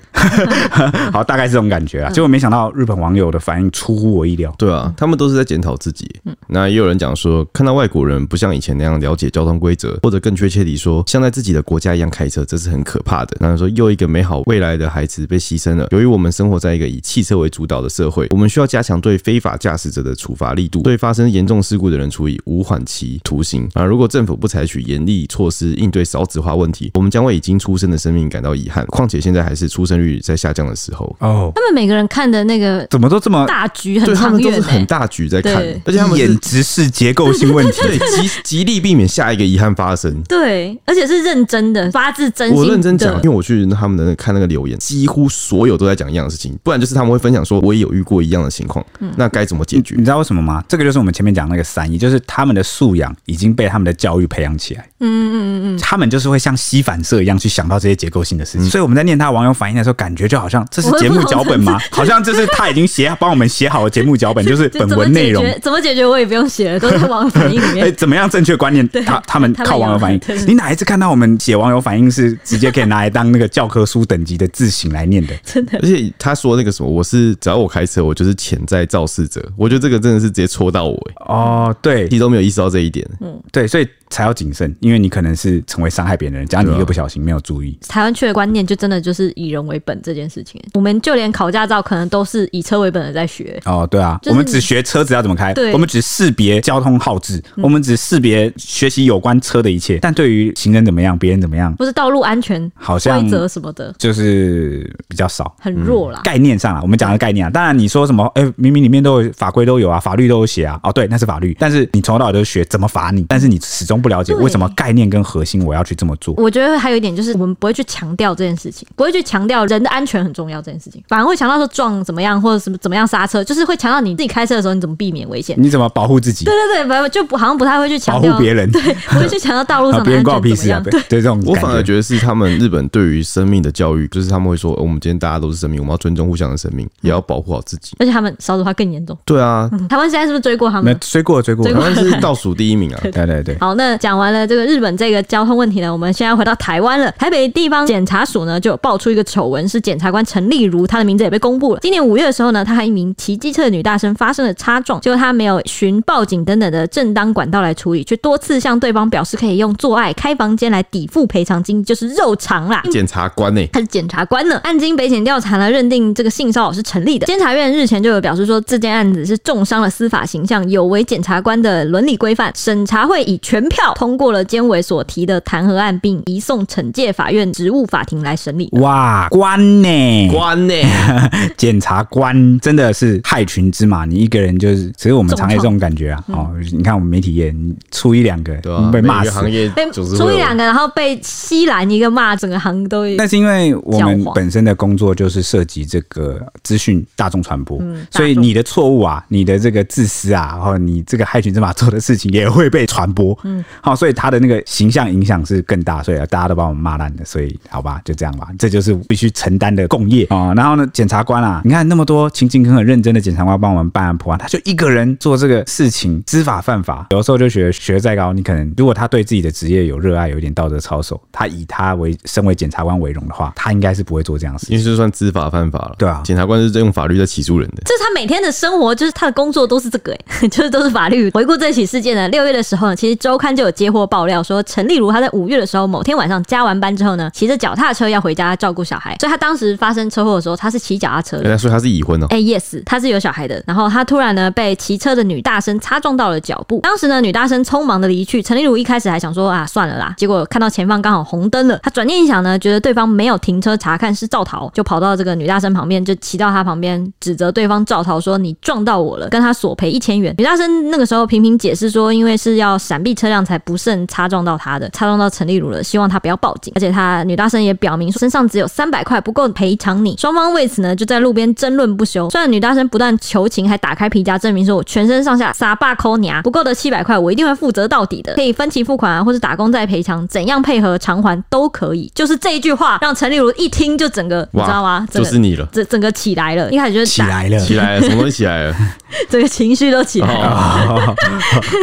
S1: <laughs> 好，大概是这种感觉啊。结果没想到日本网友的反应出乎我意料，
S3: 对啊，他们都是在检讨自己。
S2: 嗯
S3: 那也有人讲说，看到外国人不像以前那样了解交通规则，或者更确切地说，像在自己的国家一样开车，这是很可怕的。那说又一个美好未来的孩子被牺牲了。由于我们生活在一个以汽车为主导的社会，我们需要加强对非法驾驶者的处罚力度，对发生严重事故的人处以无缓期徒刑。而如果政府不采取严厉措施应对少子化问题，我们将为已经出生的生命感到遗憾。况且现在还是出生率在下降的时候。
S1: 哦，
S2: 他们每个人看的那个
S1: 怎么都这么
S2: 大局很
S3: 啊对他
S2: 长
S3: 们都
S2: 远
S3: 是
S2: 欸、
S3: 很大局在看
S2: 对，
S3: 而且他们是
S1: 眼直视结构性问题。
S3: <laughs> 对，极极力避免下一个遗憾发生。
S2: 对，而且是认真的，发自真心。
S3: 我认真讲，因为，我去他们的那个看那个留言，几乎所有都在讲一样的事情，不然就是他们会分享说，我也有遇过一样的情况，
S2: 嗯
S3: 那该怎么解决
S1: 你？知道为什么吗？这个就是我们前面讲那个三一，就是他们的素养已经被他们的教育培养起来。嗯嗯嗯嗯，他们就是会像吸反射一样去想到这些结构性的事情。所以我们在念他网友反应的时候，感觉就好像这是节目脚本吗？好像这是他已经写帮我们写好的节目脚本，就是
S2: 就
S1: 本文内容
S2: 怎么。解决，怎么解决我也不用写了，都在网友反应里
S1: 哎、
S3: <laughs>
S2: 面。
S1: 怎么样正确观念？他他们
S2: 他们
S1: 靠网友反应
S2: 有对。
S1: 你哪一次看到我们写网友反应是直接可以拿来当那个教科书等级的字型
S2: <laughs>
S1: 来念的？
S3: 而且他说那个什么，我是只要我开车，我就是潜在肇事者。我觉得这个真的是直接戳到我、欸，
S1: 哦，对
S3: 自己都没有意识到这一点。
S2: 嗯
S1: 对，所以才要谨慎，因为你可能是成为伤害别人的人，只要你一个不小心没有注意。
S2: 台湾区的观念就真的就是以人为本这件事情，我们就连考驾照可能都是以车为本的在学。
S1: 哦，对啊，
S2: 就是
S1: 我们只学车子要怎么开
S2: 对，嗯
S1: 我们只识别交通号志，我们只识别学习有关车的一切，但对于行人怎么样，别人怎么样，
S2: 不是道路安全
S1: 好像
S2: 规则什么的
S1: 就是比较少。
S2: 很弱啦，
S1: 概念上啊，我们讲的概念啊，当然你说什么，哎、明明里面都有法规都有啊，法律都有写啊，哦，对，那是法律，但是你从头到尾都是学怎么罚你，但是你始终不了解
S2: 对
S1: 为什么概念跟核心我要去这么做。
S2: 我觉得还有一点就是，我们不会去强调这件事情，不会去强调人的安全很重要这件事情，反而会强调说撞怎么样或者什么怎么样刹车，就是会强调你自己开车的时候你怎么避免危险。
S1: 你怎么保护自
S2: <laughs>
S1: 己
S2: 对，对对，反正就不好像不太会去
S1: 保
S2: 强
S1: 护
S2: 调
S1: 别人？
S2: 对，不会去强调道路
S1: 啊，
S2: 上
S1: 别
S2: 的
S1: 人
S2: 安
S1: 关我
S2: 全
S1: 屁
S2: 怎
S1: 事
S2: 么
S1: 啊！
S2: 样。
S1: 对，对这种
S3: 我
S1: 感
S3: 反而
S1: 觉
S3: 觉得是他们日本对于生命的教育，就是他们会说，哦我们今天大家都是生命，我们要尊重互相的生命，也要保护好自己。
S2: 而且他们少子化更严重， <laughs>
S3: 对啊，
S2: 台湾现在是不是追过他
S1: 没
S2: 们？
S1: 追过追过
S2: 追
S3: 台，湾是倒数第一
S2: <laughs>
S3: 名啊。
S1: 对对对。
S2: 好，那讲完了这个日本这个交通问题呢，我们现在回到台湾了。台北地方检察署呢就有爆出一个丑闻，是检察官陈丽如，她的名字也被公布了。今年五月的时候呢，她和一名骑机车的女大生发生了擦撞，结果她没有循报警等等的正当管道来处理，却多次向对方表示可以用做爱、开房间来抵付赔偿金，就是肉偿啦。
S3: 检察官欸呢、
S2: 他是检察官呢。案经北检调查呢，认定这个性骚扰是成立的。监察院日前就有表示说，这件案子是重伤了司法形象，有违检察官的伦理规范。审查会以全票通过了监委所提的弹劾案，并移送惩戒法院职务法庭来审理。
S1: 哇，官呢、
S3: 官呢、欸
S1: 检察官真的是害群之马，你一个人就是，其实我们常有这种感觉啊。
S2: 嗯
S1: 哦，你看我们媒体业，你出一两个，
S3: 对啊
S1: 你，被骂
S3: 每个
S1: 死
S3: 行。业
S2: 被啊
S3: 总是
S2: 出一
S3: 会有
S2: 两个，然后被西兰一个骂，整个行都
S1: 但是因为我们
S2: 教化
S1: 本身的工作就是涉及这个资讯大众传播，
S2: 嗯大众
S1: 所以你的错误啊，你的这个自私啊，然后你这个害群之马做的事情也会被传播。嗯，好、所以他的那个形象影响是更大，所以啊大家都把我们骂烂了。所以好吧，就这样吧，这就是必须承担的共业啊、哦然后呢，检察官啊，你看那么多勤勤恳恳认真的检察官帮我们办案破案，他就一个人做这个事情，知法犯法。有的时候就觉得学再高，你可能如果他对自己的职业有热爱，有一点道德操守，他以他为身为检察官为荣的话，他应该是不会做这样的事
S3: 因
S1: 情。
S3: 为这算知法犯法了。
S1: 对啊
S3: 检察官是在用法律在起诉人的。
S2: 这是他每天的生活，就是他的工作都是这个、欸， <laughs> 就是都是法律。回顾这起事件呢，六月的时候呢，其实周刊就有接获爆料说，陈丽如她在五月的时候某天晚上加完班之后呢，骑着脚踏车要回家照顾小孩，所以她当时发生车祸的时候，她是骑脚踏车
S3: 人
S2: 的。
S3: 家说他是已婚哦、
S2: 哎、y e s 她是有小孩的。然后她突然呢被骑车的女大生擦撞到了脚步。当时呢，女大生匆忙的离去。陈丽如一开始还想说啊，算了啦，结果看到前方刚好红灯了，她转念一想呢，觉得对方没有停车查看是肇逃，就跑到这个女大生旁边，就骑到她旁边，指责对方肇逃说你撞到我了，跟她索赔一千元。女大生那个时候频频解释说，因为是要闪避车辆才不慎擦撞到他的，擦撞到陈丽如了，希望他不要报警。而且他女大生也表明说身上只有三百块，不够赔偿你。双方为此呢就在路边争论不休。虽然女大生不但求情，还打开皮夹证明说我全身上下撒把抠牙，不够的七百块我一定会负责到底的，可以分期付款啊，或是打工再赔偿，怎样配合偿还都可以。就是这一句话让陈丽如一听就整个你知道吗？整
S3: 就
S2: 个
S3: 是你了，
S2: 整整个起来了，一开始就是
S1: 起
S2: 打，
S1: 来了，
S3: 起来了，什么东西
S1: <laughs>
S3: 起来了？
S2: <laughs> 整个情绪都起来了。
S3: 哦，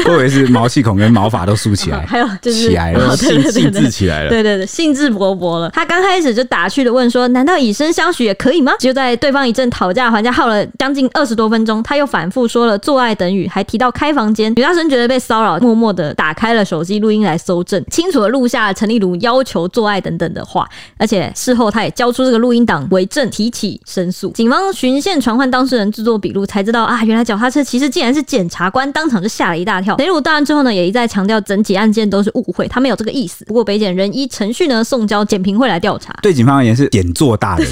S1: 我以为是毛细孔跟毛发都竖起来，
S2: 还有 <laughs> 就是
S1: 起来了
S2: 哦对对
S3: 兴
S2: 对
S3: 兴
S2: 对
S3: 呃致起来了。
S2: 对对对，兴致勃勃了。他刚开始就打趣的问说：“难道以身相许也可以吗？”就在对方一阵讨价还价，耗了将近二十多分钟，他又反复说了“做爱等语”，还提到开房间。女大生觉得被骚扰，默默的打开了手机录音来搜证，清楚的录下了陈丽如要求做爱等等的话，而且事后他也交出这个录音档为证，提起申诉。警方循线传唤当事人制作笔录，才知道啊，原来脚踏车其实竟然是检察官，当场就吓了一大跳。雷鲁到案之后呢，也一再强调整起案件都是误会，他没有这个意思。不过北检仍依程序呢送交检评会来调查，
S1: 对警方而言是点做大的，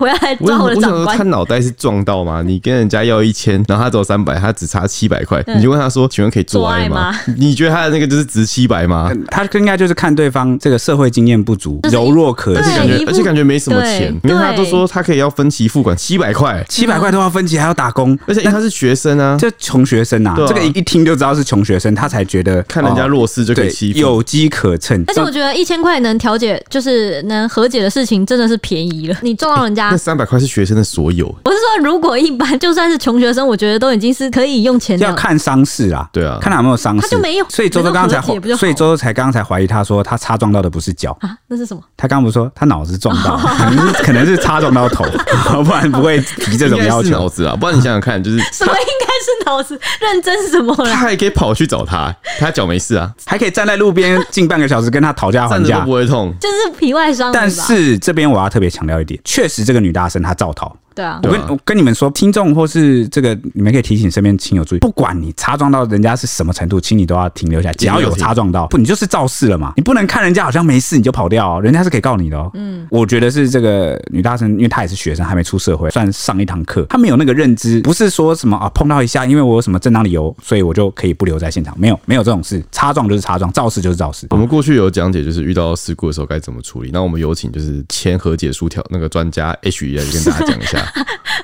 S2: 我要来
S3: 我
S2: 抓
S3: 想
S2: 我的
S3: 我想
S2: 长
S3: 说，他
S2: 官。
S3: 脑袋是撞到吗？你跟人家要一千，然后他走三百，他只差七百块，你就问他说：“请问可以做爱吗
S2: 做？”
S3: 你觉得他的那个就是值七百吗？
S1: 他应该就是看对方这个社会经验不足，
S2: 就是
S1: 柔弱可
S3: 而且
S1: 欺
S3: 感。
S2: 对一
S3: 觉，
S2: 步
S3: 而且感觉没什么钱，
S2: 对
S3: 因为他都
S2: 对
S3: 说他可以要分期付款七百块，
S1: 七百块都要分期，还要打工，
S3: 而且因为他是学生啊，
S1: 这穷学生啊，
S3: 对啊
S1: 这个一一听就知道是穷学生，他才觉得
S3: 看人家
S1: 哦
S3: 弱势就可以
S1: 对
S3: 欺负。
S1: 有机可乘。
S2: 而且我觉得一千块能调解，就是能和解的事情，真的是便宜了。 <laughs> 你撞到人家
S3: 那，三百块是学生的所有，
S2: 我是说，如果一般就算是穷学生，我觉得都已经是可以用钱
S1: 要
S2: 了。
S1: 看伤势啊，
S3: 对啊
S1: 看他有没有伤势，
S2: 他就没有
S1: 所以周周刚
S2: 没
S1: 才
S2: 有和解不就好
S1: 所以周周才刚才怀疑他说他擦撞到的不是脚，
S2: 啊，那是什么？ <laughs>
S1: 他刚不是说他脑子撞到，可能是可能是擦撞到头， <laughs> 不然不会提这种
S3: 应该
S1: 要
S3: 是
S1: 求
S3: 脑。子啊，不然你想想看，就是
S2: 什么应该是脑子认真什么
S3: 他
S2: 啦？
S3: 还可以跑去找他，他脚没事啊，
S1: 还可以站在路边近半个小时跟他讨价还
S3: 站着都
S1: 价
S3: 不。会痛。
S2: 就是皮外伤而已吧，
S1: 但是这边我要特别强调一点，确实这个女大生她造逃。
S2: 对啊
S1: 我，跟
S3: 对啊
S1: 我跟你们说，听众或是这个你们可以提醒身边亲友注意，不管你擦撞到人家是什么程度，请你都要停留下来。只要有擦撞到，不你就是肇事了嘛？你不能看人家好像没事你就跑掉、哦，人家是可以告你的哦。嗯，我觉得是这个女大生，因为她也是学生，还没出社会，算上一堂课，她没有那个认知，不是说什么啊碰到一下，因为我有什么正当理由，所以我就可以不留在现场，没有没有这种事，擦撞就是擦撞，肇事就是肇事
S3: 我。们过去有讲解，就是遇到事故的时候该怎么处理。那我们有请就是签和解书条那个专家 H 来跟大家讲一 <laughs> 下。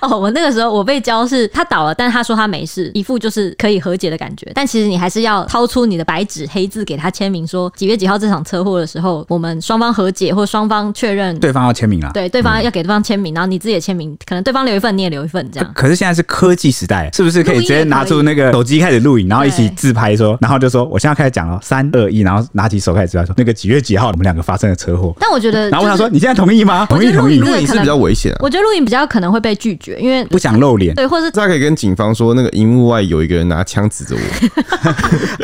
S2: 哦，我那个时候我被教是他倒了，但他说他没事，一副就是可以和解的感觉。但其实你还是要掏出你的白纸黑字给他签名，说几月几号这场车祸的时候，我们双方和解或双方确认。
S1: 对方要签名了。
S2: 对，对方要给对方签名，然后你自己也签名，可能对方留一份，你也留一份，这样。
S1: 可是现在是科技时代，是不是可以直接拿出那个手机开始录影，然后一起自拍说，然后就说我现在开始讲了，三二一，然后拿起手开始自拍说那个几月几号我们两个发生了车祸，
S2: 但我觉呃得、就是，
S1: 然后问他说你现在同意吗？同
S2: 觉
S1: 意
S2: 得
S1: 同
S2: 录
S1: 意
S2: 影，
S3: 录影是比较危险啊，
S2: 我觉得录影比较可能会被拒绝，因为
S1: 不想露脸
S2: 对，
S1: <laughs>
S2: 或是
S3: 大家可以跟警方说，那个荧幕外有一个人拿枪指着 <laughs> 我。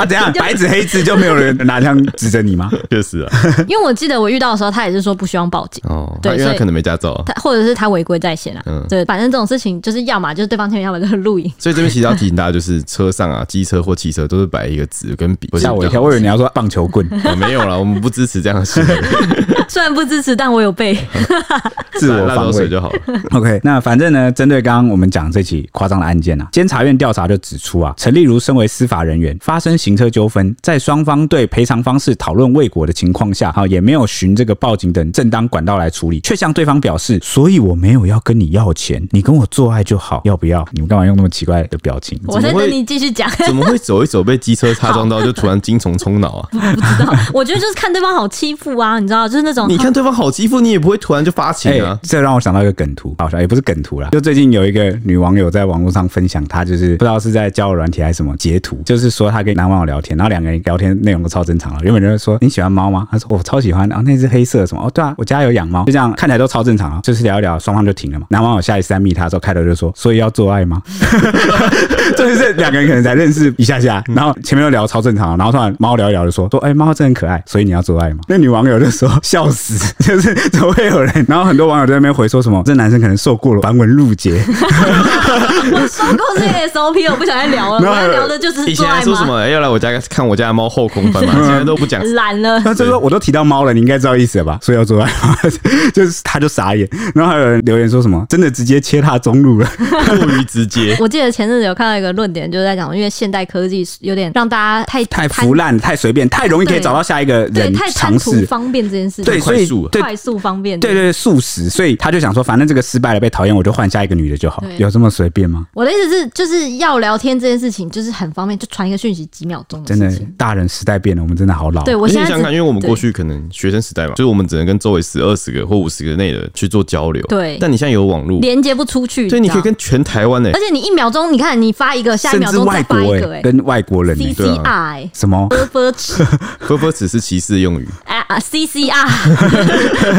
S1: 啊？怎样白纸黑字就没有人拿枪指着你吗？
S3: 确实啊，
S2: 因为我记得我遇到的时候，他也是说不希望报警。
S3: 哦，
S2: 对
S3: 他因为
S2: 所
S3: 他
S2: 以
S3: 可能没驾照啊。
S2: 他或者是他违规在先啊，
S3: 嗯
S2: 对，反正这种事情就是要么就是对方签名，要么就是录影。 <laughs>
S3: 所以这边其实要提醒大家，就是车上啊，机车或汽车都是摆一个纸跟笔。
S1: 吓我一跳，我以为你要说棒球棍，
S3: 啊没有啦，我们不支持这样的行为，
S2: 虽然不支持，但我有背。
S1: <laughs> 自我
S3: 辣
S1: 防
S3: 椒水
S1: 卫。
S3: 就好了。
S1: <laughs> OK，那反正呢，针对刚刚我们讲这起夸张的案件啊，监察院调查就指出啊，陈丽如身为司法人员，发生行车纠纷，在双方对赔偿方式讨论未果的情况下，哈，也没有循这个报警等正当管道来处理，却向对方表示，所以我没有要跟你要钱，你跟我做爱就好，要不要？你们干嘛用那么奇怪的表情？
S2: 我在等你继续讲， <laughs>
S3: <laughs> 怎么会走一走被机车擦撞到，就突然精虫冲脑啊？
S2: <laughs> 不知道。我觉得就是看对方好欺负啊，你知道，就是那种
S3: 你看对方好欺负，你也不会突然就发情啊。
S1: 哎
S2: 哎
S1: 这让我想到一个梗图，好笑，也不是梗图啦，就最近有一个女网友在网络上分享，她就是不知道是在交友软体还是什么截图，就是说她跟男网友聊天，然后两个人聊天内容都超正常了。原本就是说你喜欢猫吗？她说我、超喜欢，然后那只黑色的什么？哦，对啊，我家有养猫，就这样看起来都超正常啊。就是聊一聊，双方就停了嘛。男网友下一次再密她的时候，开头就说所以要做爱吗？ <laughs> 就是这两个人可能才认识一下下，
S2: 嗯
S1: 然后前面都聊得超正常，然后突然猫聊一聊就说说，哎、猫真的很可爱，所以你要做爱吗？ <laughs> 那女网友就说笑死，就是怎么会有人？然后很多网友在那边回说什么，这男生可能受过过了繁文缛 <laughs> 节，
S2: 我收购这个 SOP，我不想再聊了，
S1: 那
S2: 我要聊的就是
S3: 以前
S2: 做
S3: 还
S2: 爱
S3: 说什
S2: 吗？
S3: 么、哎要来我家看我家的猫后空翻嘛，
S2: <laughs>
S3: 现在都不讲。
S2: 懒了， <laughs>
S1: 那这个我都提到猫了，你应该知道意思了吧？所以要做爱吗？ <laughs> 就是他就傻眼，然后还有人留言说什么真的直接切他
S2: <laughs>
S1: 中路了，
S3: 过于直接。
S2: 我记得前阵子有看到一个论点，就是在讲，因为现代科技有点让大家太
S1: 太腐烂、太随便、太容易可以找到下一个
S2: 对
S1: 人
S2: 太贪
S1: 尝
S2: 图
S1: 试，
S2: 方便这件事情，
S1: 对，所以
S3: 快速
S1: 对
S2: 快速方便。
S1: 对对对，素食，所以他就想说，反正这个失败了被讨厌，我就换下一个女的就好
S2: 对。
S1: 有这么随便吗？
S2: 我的意思是，就是要聊天这件事情，就是很方便，就传一个讯息几秒钟
S1: 真
S2: 的
S1: 的
S2: 事情。，
S1: 大人时代变了，我们真的好老。
S2: 对我
S3: 而且
S2: 现
S3: 你
S2: 在
S3: 想想看，
S2: 只
S3: 因为我们
S2: 对
S3: 过去可能学生时代嘛，就是我们只能跟周围十、二十个或五十个内的人去做交流。
S2: 对
S3: 但你现在有网络，
S2: 连接不出去，
S3: 所以你
S2: 知道
S3: 可以跟全台湾的、
S2: 而且你一秒钟，你看你发一个，下一
S1: 甚
S2: 秒
S1: 至
S2: 钟
S1: 外
S2: 再
S1: 国
S2: 发一个、
S1: 欸
S2: 哎
S1: 跟外国人
S2: ，C
S1: 呢，
S2: C
S3: 对啊
S2: I。
S1: 什么 <laughs>
S2: b b 尺
S3: 呵呵，只是歧视用语。
S2: 啊啊，C C R，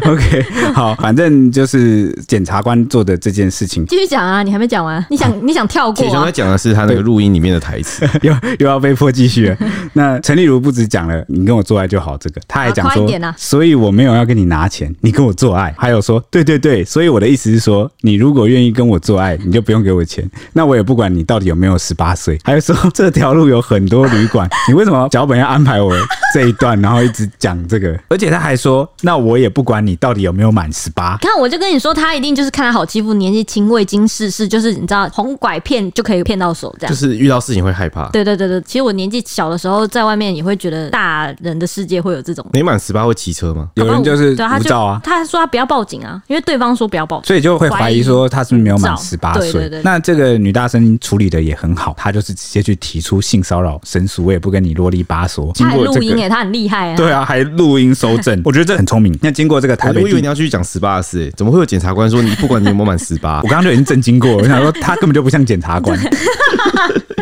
S2: <laughs>
S1: ？OK，好，反正就是检察官做的这件事情
S2: 继续讲啊，你还没讲完，你
S1: 哦
S2: 想你想跳
S3: 铁
S2: 过
S3: 雄
S2: 啊
S3: 在？讲的是他那个录音里面的台词，
S1: <laughs> 又又要被迫
S2: <laughs>
S1: 继续了。那陈丽如不止讲了“你跟我做爱就好”这个，他还讲
S2: 啊快一
S1: 说、
S2: 点啊
S1: 所以我没有要跟你拿钱，你跟我做爱。”还有说：“对对对，所以我的意思是说，你如果愿意跟我做爱，你就不用给我钱，那我也不管你到底有没有十八岁。”还有说：“ <laughs> 这条路有很多旅馆， <laughs> 你为什么脚本要安排我这一段，然后一直讲这个？”而且他还说：“那我也不管你到底有没有满十八。”
S2: 看，我就跟你说，他一定就是看他好欺负，年纪轻，未经世事，就是你知道，红拐骗就可以骗到手这样。
S3: 就是遇到事情会害怕。
S2: 对对对对，其实我年纪小的时候，在外面也会觉得大人的世界会有这种。
S3: 你满十八会骑车吗？
S1: 有人就是
S2: 对他
S1: 无照啊，
S2: 他说他不要报警啊，因为对方说不要报警。
S1: 所以就会怀疑说他是不是没有满
S2: 怀疑
S1: 十八
S2: 对对
S1: 岁
S2: 对。
S1: 那这个女大生处理的也很好，她就是直接去提出性骚扰申诉，我也不跟你啰里吧嗦。经
S2: 他还
S1: 过
S2: 录
S1: 这
S2: 音诶、
S1: 个，
S2: 他很厉害啊。
S1: 对啊，还录音收
S2: <laughs>
S1: 证，我觉得这很聪明。那经过这个台
S3: 我
S1: 北
S3: 我以为
S1: 地
S3: 你。要继续讲十八的事、欸，怎么会有检察官说你不管你有没有满十八
S1: 我？刚刚就已经震惊过了，我想说他根本就不像检
S2: <laughs>
S1: 察官，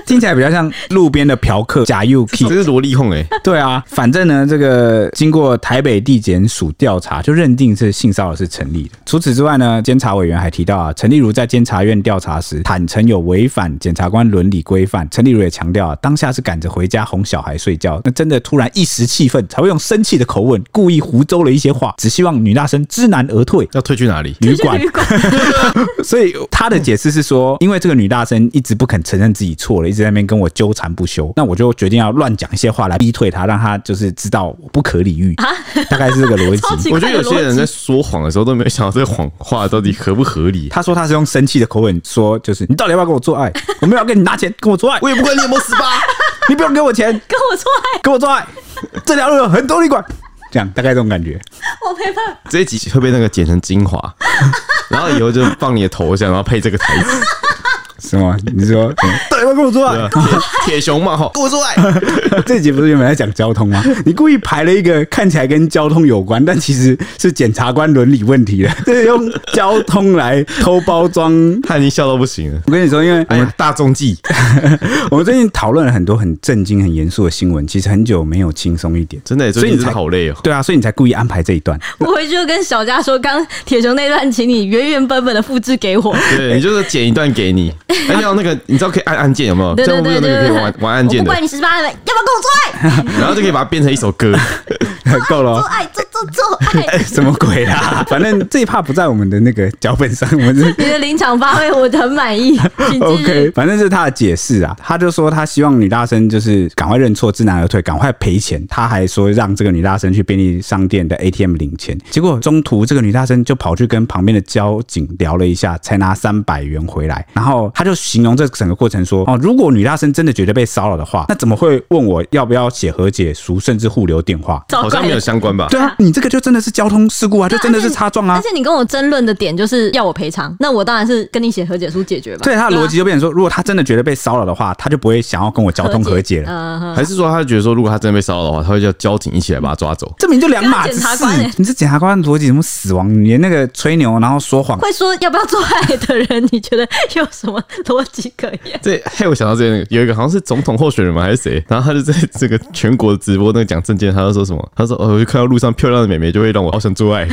S1: 听起来比较像路边的嫖客假 U K
S3: 这。是萝莉控哎、
S1: 对啊，反正呢，这个经过台北地检署调查，就认定是性骚扰是成立的。除此之外呢，监察委员还提到啊，陈丽如在监察院调查时坦承有违反检察官伦理规范。陈丽如也强调啊，当下是赶着回家哄小孩睡觉，那真的突然一时气愤，才会用生气的口吻故意胡诌了一些话，只希望女大生知难而退。
S3: 要退去哪里？
S2: <laughs>
S1: 旅
S2: 去
S1: 馆
S2: 旅馆，
S1: <laughs> 所以他的解释是说，因为这个女大生一直不肯承认自己错了，一直在那边跟我纠缠不休，那我就决定要乱讲一些话来逼退她，让她就是知道我不可理喻，大概是这个逻
S2: 啊超
S1: 辑。
S2: 级
S3: 我觉得有些人
S2: 快
S3: 在
S2: 的逻辑
S3: 说谎的时候都没有想到这个谎话到底合不合理。
S1: 他说他是用生气的口吻说，就是你到底要不要跟
S2: <laughs>
S1: 我做爱？我没有要跟你拿钱，跟我做爱，
S3: 我也不管你有没有十八，
S1: 你不用给我钱，
S2: 跟我说哎爱，
S1: 跟我做爱，这条路有很多旅馆，这样大概这种感觉。
S2: 我没办法。
S3: 这一集会被那个剪成精华，然后以后就放你的头像，然后配这个台词。
S1: 什么？你说、嗯、到底要不要跟我做爱？
S3: 铁熊嘛吼，跟我说爱，
S1: <laughs> 这集不是原本在讲交通吗？你故意排了一个看起来跟交通有关，但其实是检察官伦理问题的， <laughs> 这是用交通来偷包装。
S3: 他已经笑到不行了。
S1: 我跟你说，因为我
S3: 哎
S1: 们、
S3: 呀，大众计，
S1: 我们最近讨论了很多很震惊、很严肃的新闻，其实很久没有轻松一点，
S3: 真的，
S1: 所
S3: 最
S1: 以
S3: 近
S1: 你
S3: 真
S1: 才
S3: 的好累哦。
S1: 对啊，所以你才故意安排这一
S2: <laughs>
S1: 段。
S2: 我回去就跟小佳说，刚铁熊那段，请你原原本本的复制给我。
S3: 对，你就是剪一段给你，而且要那个你知道可以按按键有没有？
S2: 对
S3: 在
S2: 对
S3: 后面
S2: 对
S3: 有那
S2: 对
S3: 个可
S2: 对，
S3: 以玩玩按键
S2: 我不
S3: 的
S2: 管，你十八了没，要不要跟我做啊爱？
S3: 然后就可以把它变成一首歌。
S2: <laughs>
S1: 够了
S2: 做
S1: 哦。
S2: 爱，做做做爱。
S1: <laughs> 什么鬼啊！反正这一趴不在我们的那个脚本上，我们是
S2: 你的临场发挥我很满 <laughs> 意，请继
S1: <laughs> OK，
S2: 续。
S1: 反正是他的解释啊，他就说他希望女大生就是赶快认错，知难而退，赶快赔钱。他还说让这个女大生去便利商店的 ATM 领钱，结果中途这个女大生就跑去跟旁边的交警聊了一下，才拿三百元回来。然后他就形容这整个过程说：哦，如果女大生真的觉得被骚扰的话，那怎么会问我要不要写和解书，甚至互留
S2: <laughs>
S1: 电话？
S2: 找
S3: 好
S2: 怪
S3: 像没有
S2: 人
S3: 相关吧？
S1: 对啊，你这个就真的是交通事故啊，就真的是擦撞啊
S2: 而。且你跟我争论的点就是要我赔偿，那我当然是跟你写和解书解决吧。
S1: 对他的逻辑就变成说，如果他真的觉得被骚扰的话，他就不会想要跟我交通和解了。
S2: 嗯哼，
S3: 还是说他觉得说，如果他真的被骚扰的话，他会叫交警一起来把他抓走？
S1: 这明就两码
S2: 跟
S1: 子
S2: 检察
S1: 事
S2: 官欸。
S1: 你这检察官逻辑怎么死亡？你连那个吹牛然后说
S2: <laughs>
S1: 谎，
S2: 会说要不要做爱的人，你觉得有什么逻辑可言？
S3: 这害我想到之前有一个好像是总统候选人嘛还是谁，然后他就在这个全国直播那个讲证件，他就说什么？他说哦，我就看到路上漂亮的美眉就会让我好
S1: <laughs>
S3: 想做爱。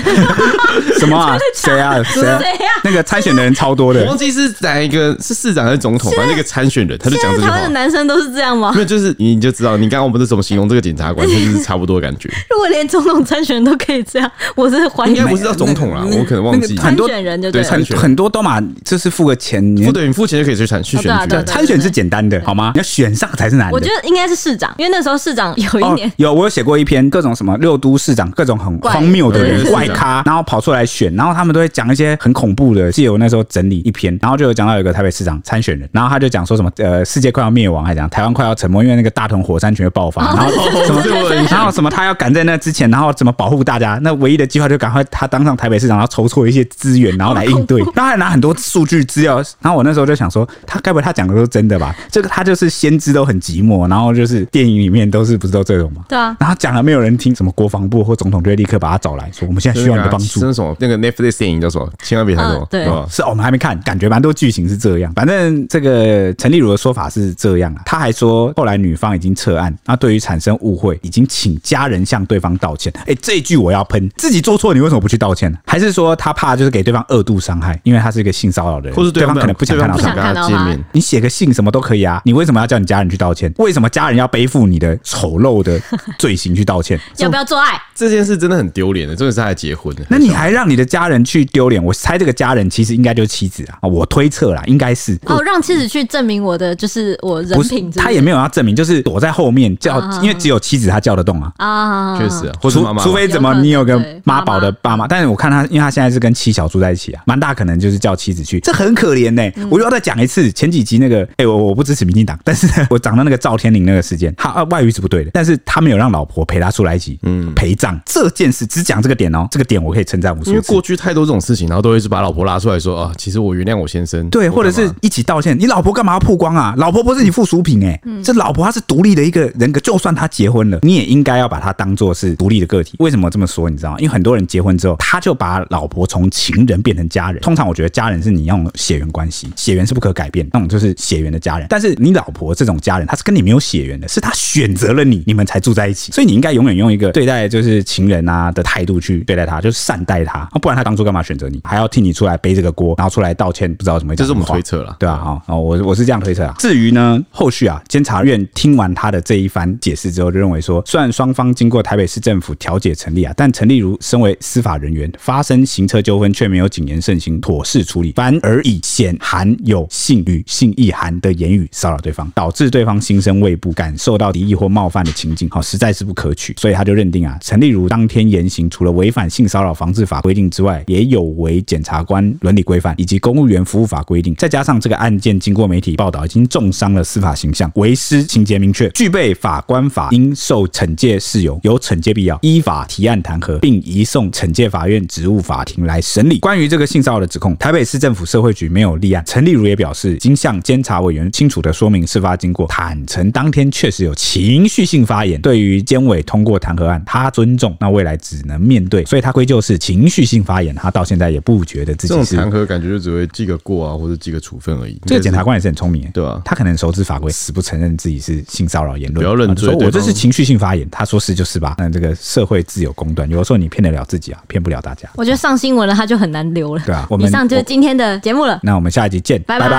S1: 什么啊？谁啊？谁啊？
S2: 谁呀、
S1: 那个参选的人超多
S3: 我
S1: 的
S3: 忘，记是哪一个是市长还是总统，反正那个参选人他就
S2: 现
S3: 讲
S2: 在
S3: 这句
S2: 台湾
S3: 话
S2: 的。男生都是这样吗
S3: 因？为就是你就知道，你刚刚我们是怎么形容这个检察官，就是差不多的感觉。
S2: 如果连总统参选人都可以这样，我是怀疑
S3: 应该不是到总统啦，
S1: 那个
S3: 我可能忘记
S1: 那。个
S2: 参
S1: 很多
S2: 选人就
S3: 对
S2: 了
S3: 参
S1: 很
S3: 选
S1: 很多都嘛，就是付个钱，你
S3: 不对，你付钱就可以去参去
S2: 哦
S3: 选举
S2: 对啊
S3: 了
S2: 对。
S1: 参选是简单的，好吗？你要选上才是难的。
S2: 我觉得应该是市长，因为那时候市长有一
S1: 哦
S2: 年，，
S1: 有我有写过一篇各种什么六都市长，各种很
S2: 怪
S1: 荒谬的
S3: 对
S1: 人
S3: 对
S1: 怪咖，然后跑出来选，然后他们都会讲一些很恐怖的。记得我那时候整理一篇，然后就有讲到有个台北市长参选人，然后他就讲说什么呃世界快要灭亡，还讲台湾快要沉没，因为那个大屯火山全会爆发，然后什么
S3: 这个我印象
S1: 然后什么他要赶在那之前，然后怎么保护大家？那唯一的计划就赶快他当上台北市长，然后筹措一些资源，然后来应对。
S2: <laughs>
S1: 然后还拿很多数据资料。然后我那时候就想说，他该不会他讲的都是真的吧？这个他就是先知都很寂寞，然后就是电影里面都是不是都这种吗？
S2: 对啊，
S1: 然后讲了没有人听，什么国防部或总统就会立刻把他找来说，我们现啊在需要你的帮助
S3: 真。的什么那个 Netflix 电影叫什么？千万别看什么
S2: 嗯？对
S3: 是吧
S1: 是、哦我们还没看，感觉蛮多剧情是这样。反正这个陈丽如的说法是这样啊，他还说后来女方已经撤案，那对于产生误会，已经请家人向对方道歉。哎，这一句我要喷，自己做错你为什么不去道歉呢？还是说他怕就是给对方二度伤害，因为他是一个性骚扰的人，
S3: 或是
S1: 对
S3: 方
S1: 可能不想看到
S3: 对
S1: 他
S3: 方。不想跟他见面，
S1: 你写个信什么都可以啊，你为什么要叫你家人去道歉？为什么家人要背负你的丑陋的罪行去道歉？
S2: <laughs> 要不要做爱？
S3: 这件事真的很丢脸的，真的是他还结婚了。
S1: 那你还让你的家人去丢脸？我猜这个家人其实应该就是妻子啊，啊我推测啦，应该是。
S2: 哦，让妻子去证明我的就是我人
S1: 不是
S2: 品，
S1: 他也没有要证明，就是躲在后面叫，
S2: 嗯
S1: 因为只有妻子他叫得动啊。
S2: 有啊，
S3: 确实啊，或是
S1: 除
S3: 妈妈吧，
S1: 除非怎么
S2: 有可能
S1: 你有个
S2: 对
S1: 妈宝的爸妈，但是我看他，因为他现在是跟妻小住在一起啊，蛮大可能就是叫妻子去，这很可怜呢、
S2: 嗯
S1: 我又要再讲一次，前几集那个，哎、我我不支持民进党，但是呢 <laughs> 我讲到那个赵天林那个事件，他、啊、外语是不对的，但是他没有让老婆陪他出来一起，嗯，陪葬这件事，只讲这个点哦，这个点我可以称赞无数
S3: 因为
S1: 次
S3: 过去太多这种事情，然后都会是把老婆拉出来说啊，其实我原谅我先生，
S1: 对，
S3: 我
S1: 或者
S3: 干嘛
S1: 是一起道歉。你老婆干嘛要曝光啊？老婆不是你附属品哎、这老婆她是独立的一个人格，就算她结婚了，你也应该要把她当做是独立的个体。为什么这么说？你知道吗？因为很多人结婚之后，他就把老婆从情人变成家人。通常我觉得家人是你用血缘关系，血缘是不可改变，那种就是血缘的家人。但是你老婆这种家人，她是跟你没有血缘的，是她选择了你，你们才住在一起。所以你应该永远用一个对待就是情人啊的态度去对待她，就是善待她。啊不然她当初干嘛选择你，还要替你出来背这个锅，然后出来道歉，不知道怎么会讲
S3: 这是我们
S1: 什么话
S3: 推测啦
S1: 对啊，好、哦，我我是这样推测啊。至于呢，后续啊，监察院听完他的这一番解释之后，就认为说，虽然双方经过台北市政府调解成立啊，但陈丽如身为司法人员，发生行车纠纷却没有谨言慎行、妥善处理，反而以显含有性与性意涵的言语骚扰对方，导致对方心生畏怖，感受到敌意或冒犯的情境，哦好、实在是不可取。所以他就认定啊，陈丽如当天言行除了违反性骚扰防治法规定之外，也有违检察官伦理规范以及公务员服务法规定，再加上这个案件经过媒体报道，已经重伤了司法形象，为师情节明确，具备法官法应受惩戒事由，有惩戒必要，依法提案弹劾，并移送惩戒法院职务法庭来审理。关于这个性骚扰的指控，台北市政府社会局没有立案。陈丽如也表示，已经向监察委员清楚的说明事发经过，坦诚当天确实有情绪性发言。对于监委通过弹劾案，他尊重，那未来只能面对，所以他归咎是情绪性发言。他到现在也不觉得自
S3: 这
S1: 己
S3: 种
S1: 是
S3: 弹劾，感觉就只会记个过啊，或者记个处分而已。
S1: 这个检察
S3: 官
S1: 官也是很聪明、欸，
S3: 对啊
S1: 他可能熟知法规，死不承认自己是性骚扰言论，
S3: 不要认罪
S1: 啊就说我
S3: 对
S1: 这
S3: 方
S1: 是情绪性发言，他说是就是吧。那这个社会自有公断，有的时候你骗得了自己啊，骗不了大家。
S2: 我觉得上新闻了，他就很难留了。
S1: 对啊我们
S2: 以上就是今天的节目了。
S1: 那我们下一集见，
S2: 拜拜
S1: 拜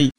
S3: 拜。